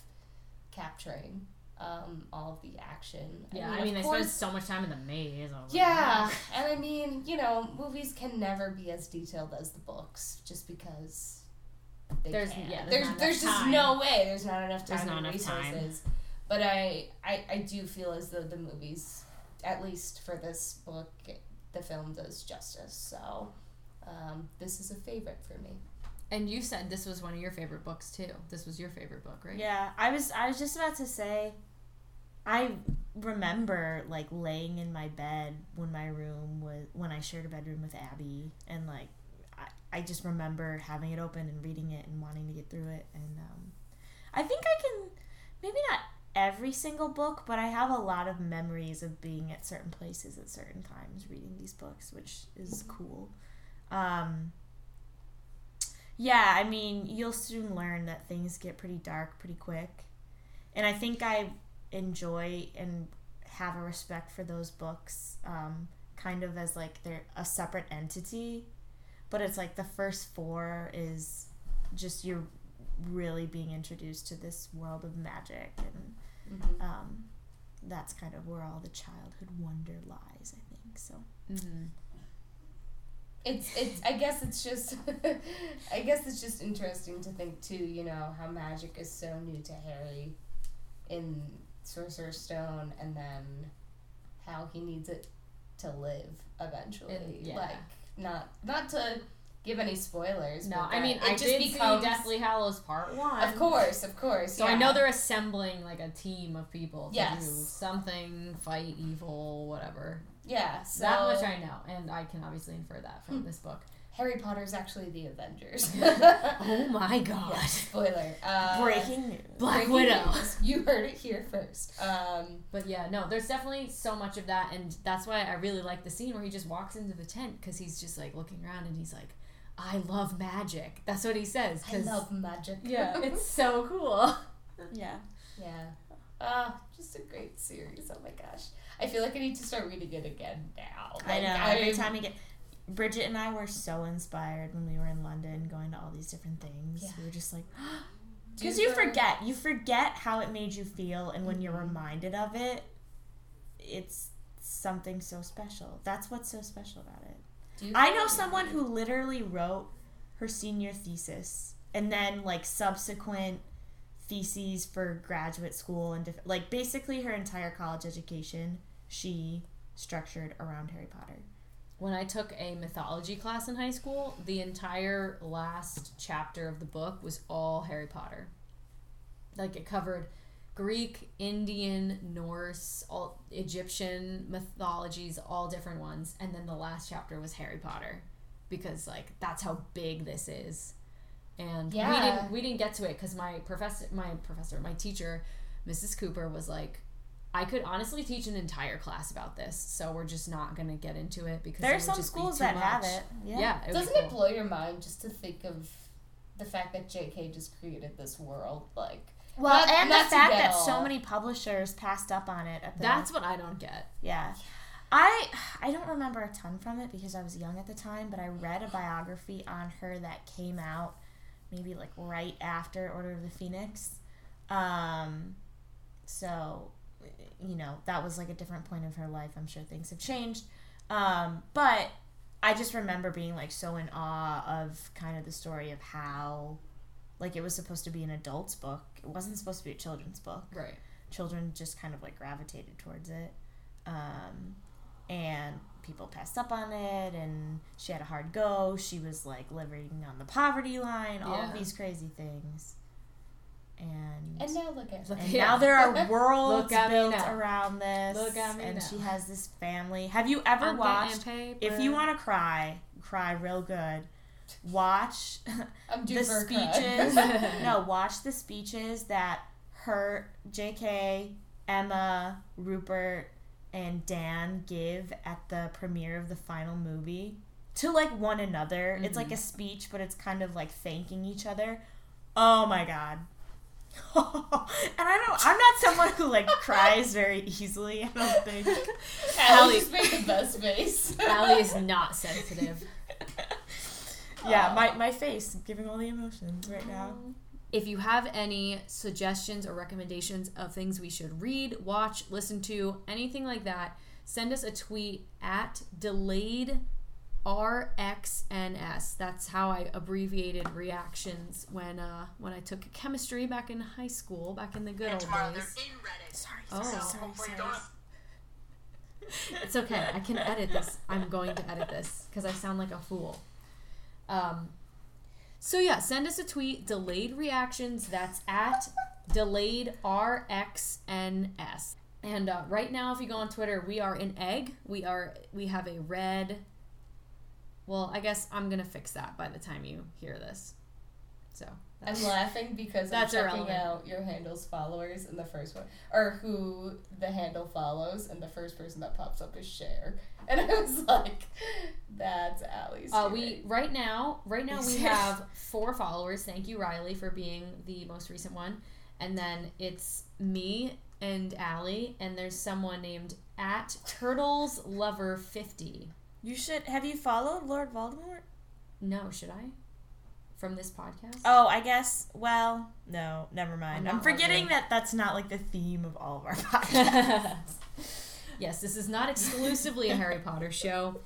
S7: capturing um, all of the action.
S1: Yeah, I mean,
S7: of
S1: they spent
S7: course-
S1: so much time in the maze. I was like,
S7: yeah, and I mean, you know, movies can never be as detailed as the books, just because they
S1: There's-
S7: can't.
S1: yeah,
S7: there's
S1: there's not
S7: there's
S1: enough
S7: just no way. There's not enough time.
S1: There's not
S7: and
S1: enough time.
S7: resources. But I, I I do feel as though the movies, at least for this book, it- the film does justice. So, um, this is a favorite for me.
S1: And you said this was one of your favorite books too. This was your favorite book, right?
S2: Yeah, I was I was just about to say I remember like laying in my bed when my room was when I shared a bedroom with Abby and like I, I just remember having it open and reading it and wanting to get through it and um I think I can maybe not every single book, but I have a lot of memories of being at certain places at certain times reading these books, which is cool. Um yeah, I mean, you'll soon learn that things get pretty dark pretty quick. And I think I enjoy and have a respect for those books um, kind of as like they're a separate entity. But it's like the first four is just you're really being introduced to this world of magic. And
S1: Mm-hmm.
S2: um, that's kind of where all the childhood wonder lies, I think. So,
S1: Mm-hmm.
S7: it's it's i guess it's just i guess it's just interesting to think too you know how magic is so new to harry in sorcerer's stone and then how he needs it to live eventually
S1: And- yeah.
S7: like not not to give any spoilers
S1: No,
S7: but
S1: I
S7: that
S1: mean, I did see Deathly Hallows Part One.
S7: of course of course
S1: So I
S7: yeah.
S1: know they're assembling like a team of people to
S7: Yes.
S1: do something, fight evil, whatever.
S7: yeah so
S1: that much I know, and I can obviously infer that from this book.
S7: harry potter's actually the avengers
S1: Oh my god,
S7: spoiler uh,
S2: breaking news.
S1: Black
S7: breaking
S1: Widow.
S7: news. you heard it here first um
S1: But yeah, no, there's definitely so much of that, and that's why I really like the scene where he just walks into the tent because he's just like looking around and he's like, "I love magic." That's what he says.
S7: I
S1: 'cause-
S7: love magic.
S1: Yeah, it's so cool.
S2: Yeah.
S7: yeah. Uh, just a great series. Oh my gosh. I feel like I need to start reading it again now.
S2: I
S7: Like,
S2: know.
S7: I-
S2: Every time you get. Bridget and I were so inspired when we were in London going to all these different things. We were just like.
S7: do
S2: Because you
S7: the-
S2: forget. You forget how it made you feel, and when
S7: Mm-hmm.
S2: you're reminded of it, it's something so special. That's what's so special about it.
S7: Do you
S2: I know someone who literally wrote her senior thesis and then like subsequent theses for graduate school and diff- like basically her entire college education she structured around Harry Potter.
S1: When I took a mythology class in high school, the entire last chapter of the book was all Harry Potter. Like it covered Greek, Indian, Norse, all Egyptian mythologies, all different ones, and then the last chapter was Harry Potter because like that's how big this is. And we
S7: Yeah.
S1: didn't we didn't get to it cuz my professor my professor, my teacher, Mrs. Cooper was like I could honestly teach an entire class about this, so we're just not going to get into it because
S2: There
S1: it
S2: are
S1: would
S2: some
S1: just be
S2: schools
S1: too
S2: that have
S1: much.
S2: it. Yeah.
S1: Yeah, it would be
S7: Doesn't it
S1: cool.
S7: blow your mind just to think of the fact that JK just created this world? Like,
S2: Well,
S7: Not-
S2: and
S7: not
S2: the
S7: to
S2: fact
S7: get
S2: that
S7: all-
S2: so many publishers passed up on it at the
S1: That's what I don't get.
S2: Yeah. I I don't remember a ton from it because I was young at the time, but I read a biography on her that came out maybe like right after Order of the Phoenix. Um so you know, that was like a different point of her life. I'm sure things have changed. Um but I just remember being like so in awe of kind of the story of how like it was supposed to be an adult's book. It wasn't supposed to be a children's book
S1: Right.
S2: children just kind of like gravitated towards it um, and people passed up on it and she had a hard go she was like living on the poverty line all
S1: Yeah.
S2: of these crazy things and
S7: and now look at
S1: Look
S2: and
S1: Yeah.
S2: now there are worlds
S1: Look at me
S2: built
S1: now.
S2: around this
S1: Look at me
S2: and
S1: now.
S2: she has this family have you ever
S1: On
S2: watched
S1: that and
S2: if
S1: paper.
S2: you want to cry cry real good watch
S7: I'm due
S2: the
S7: for a cry.
S2: speeches. no, watch the speeches that her, J.K., Emma, Rupert, and Dan give at the premiere of the final movie to like one another. It's like a speech, but it's kind of like thanking each other. Oh my god. and I don't. I'm not someone who like cries very easily. I don't think.
S7: Allie's made the best face.
S1: Allie is not sensitive.
S2: Yeah, my my face giving all the emotions right now.
S1: If you have any suggestions or recommendations of things we should read, watch, listen to, anything like that, send us a tweet at delayed RXNS. That's how I abbreviated reactions when uh, when I took chemistry back in high school, back in the good old days. Sorry,
S2: Oh.
S1: sorry, It's okay. I can edit this. I'm going to edit this because I sound like a fool. Um, so yeah, send us a tweet. Delayed reactions. That's at delayed rxns. And uh, right now, if you go on Twitter, we are an egg. We are we have a red. Well, I guess I'm gonna fix that by the time you hear this. So
S7: I'm laughing because
S1: That's
S7: I'm checking
S1: irrelevant.
S7: out your handle's followers and the first one, or who the handle follows, and the first person that pops up is Cher, and I was like, "That's Allie's."
S1: Uh,
S7: doing.
S1: we right now, right now we have four followers. Thank you, Riley, for being the most recent one. And then it's me and Allie, and there's someone named at Turtles Lover Fifty.
S2: You should. Have you followed Lord Voldemort?
S1: No, should I? From this podcast?
S2: Oh, I guess. Well, no, never mind.
S1: I'm
S2: I'm,
S1: not
S2: forgetting
S1: lovely.
S2: that that's not like the theme of all of our podcasts.
S1: yes, this is not exclusively a Harry Potter show.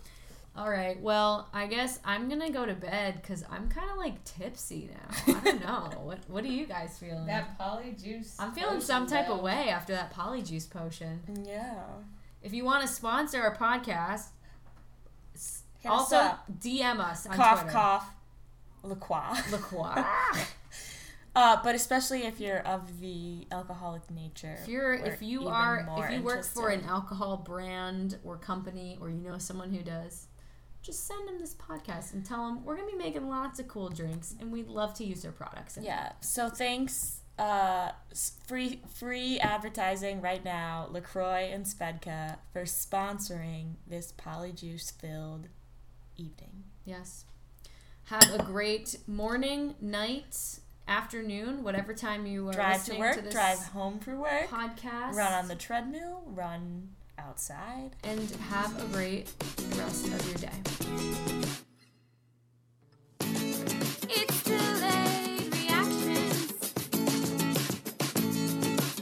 S1: All right. Well, I guess I'm gonna go to bed because I'm kind of like tipsy now. I don't know. what What are you guys feeling?
S7: that polyjuice.
S1: I'm feeling some type of way after that polyjuice potion.
S2: yeah.
S1: If you want to sponsor our podcast, s-
S2: Hit us
S1: also
S2: up.
S1: DM us on
S2: cough,
S1: Twitter.
S2: cough, Ah! LaCroix.
S1: LaCroix.
S2: Uh, but especially if you're of the alcoholic nature.
S1: If you're,
S2: we're
S1: if you
S2: even
S1: are,
S2: more
S1: if you work for an
S2: interested.
S1: alcohol brand or company, or you know someone who does, just send them this podcast and tell them we're gonna be making lots of cool drinks and we'd love to use their products. in it."
S2: Yeah. So thanks. Uh, s- free free advertising right now. Lacroix and Svedka for sponsoring this polyjuice filled evening.
S1: Yes. Have a great morning, night, afternoon, whatever time you are
S2: Drive to
S1: listening
S2: work.
S1: this
S2: drive home for work.
S1: podcast.
S2: Run on the treadmill. Run outside.
S1: and have a great rest of your day.
S8: It's delayed reactions.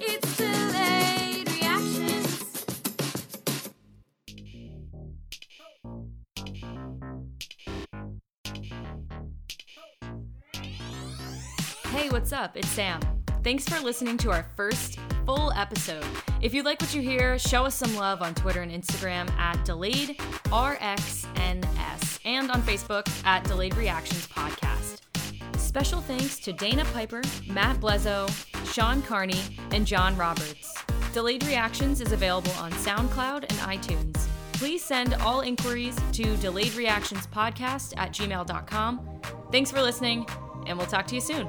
S8: It's delayed reactions.
S1: Hey, what's up? It's Sam. Thanks for listening to our first full episode. If you like what you hear, show us some love on Twitter and Instagram at Delayed RXNS and on Facebook at Delayed Reactions Podcast. Special thanks to Dana Piper, Matt Blezo, Sean Carney, and John Roberts. Delayed Reactions is available on SoundCloud and iTunes. Please send all inquiries to delayedreactionspodcast at gmail.com. Thanks for listening, and we'll talk to you soon.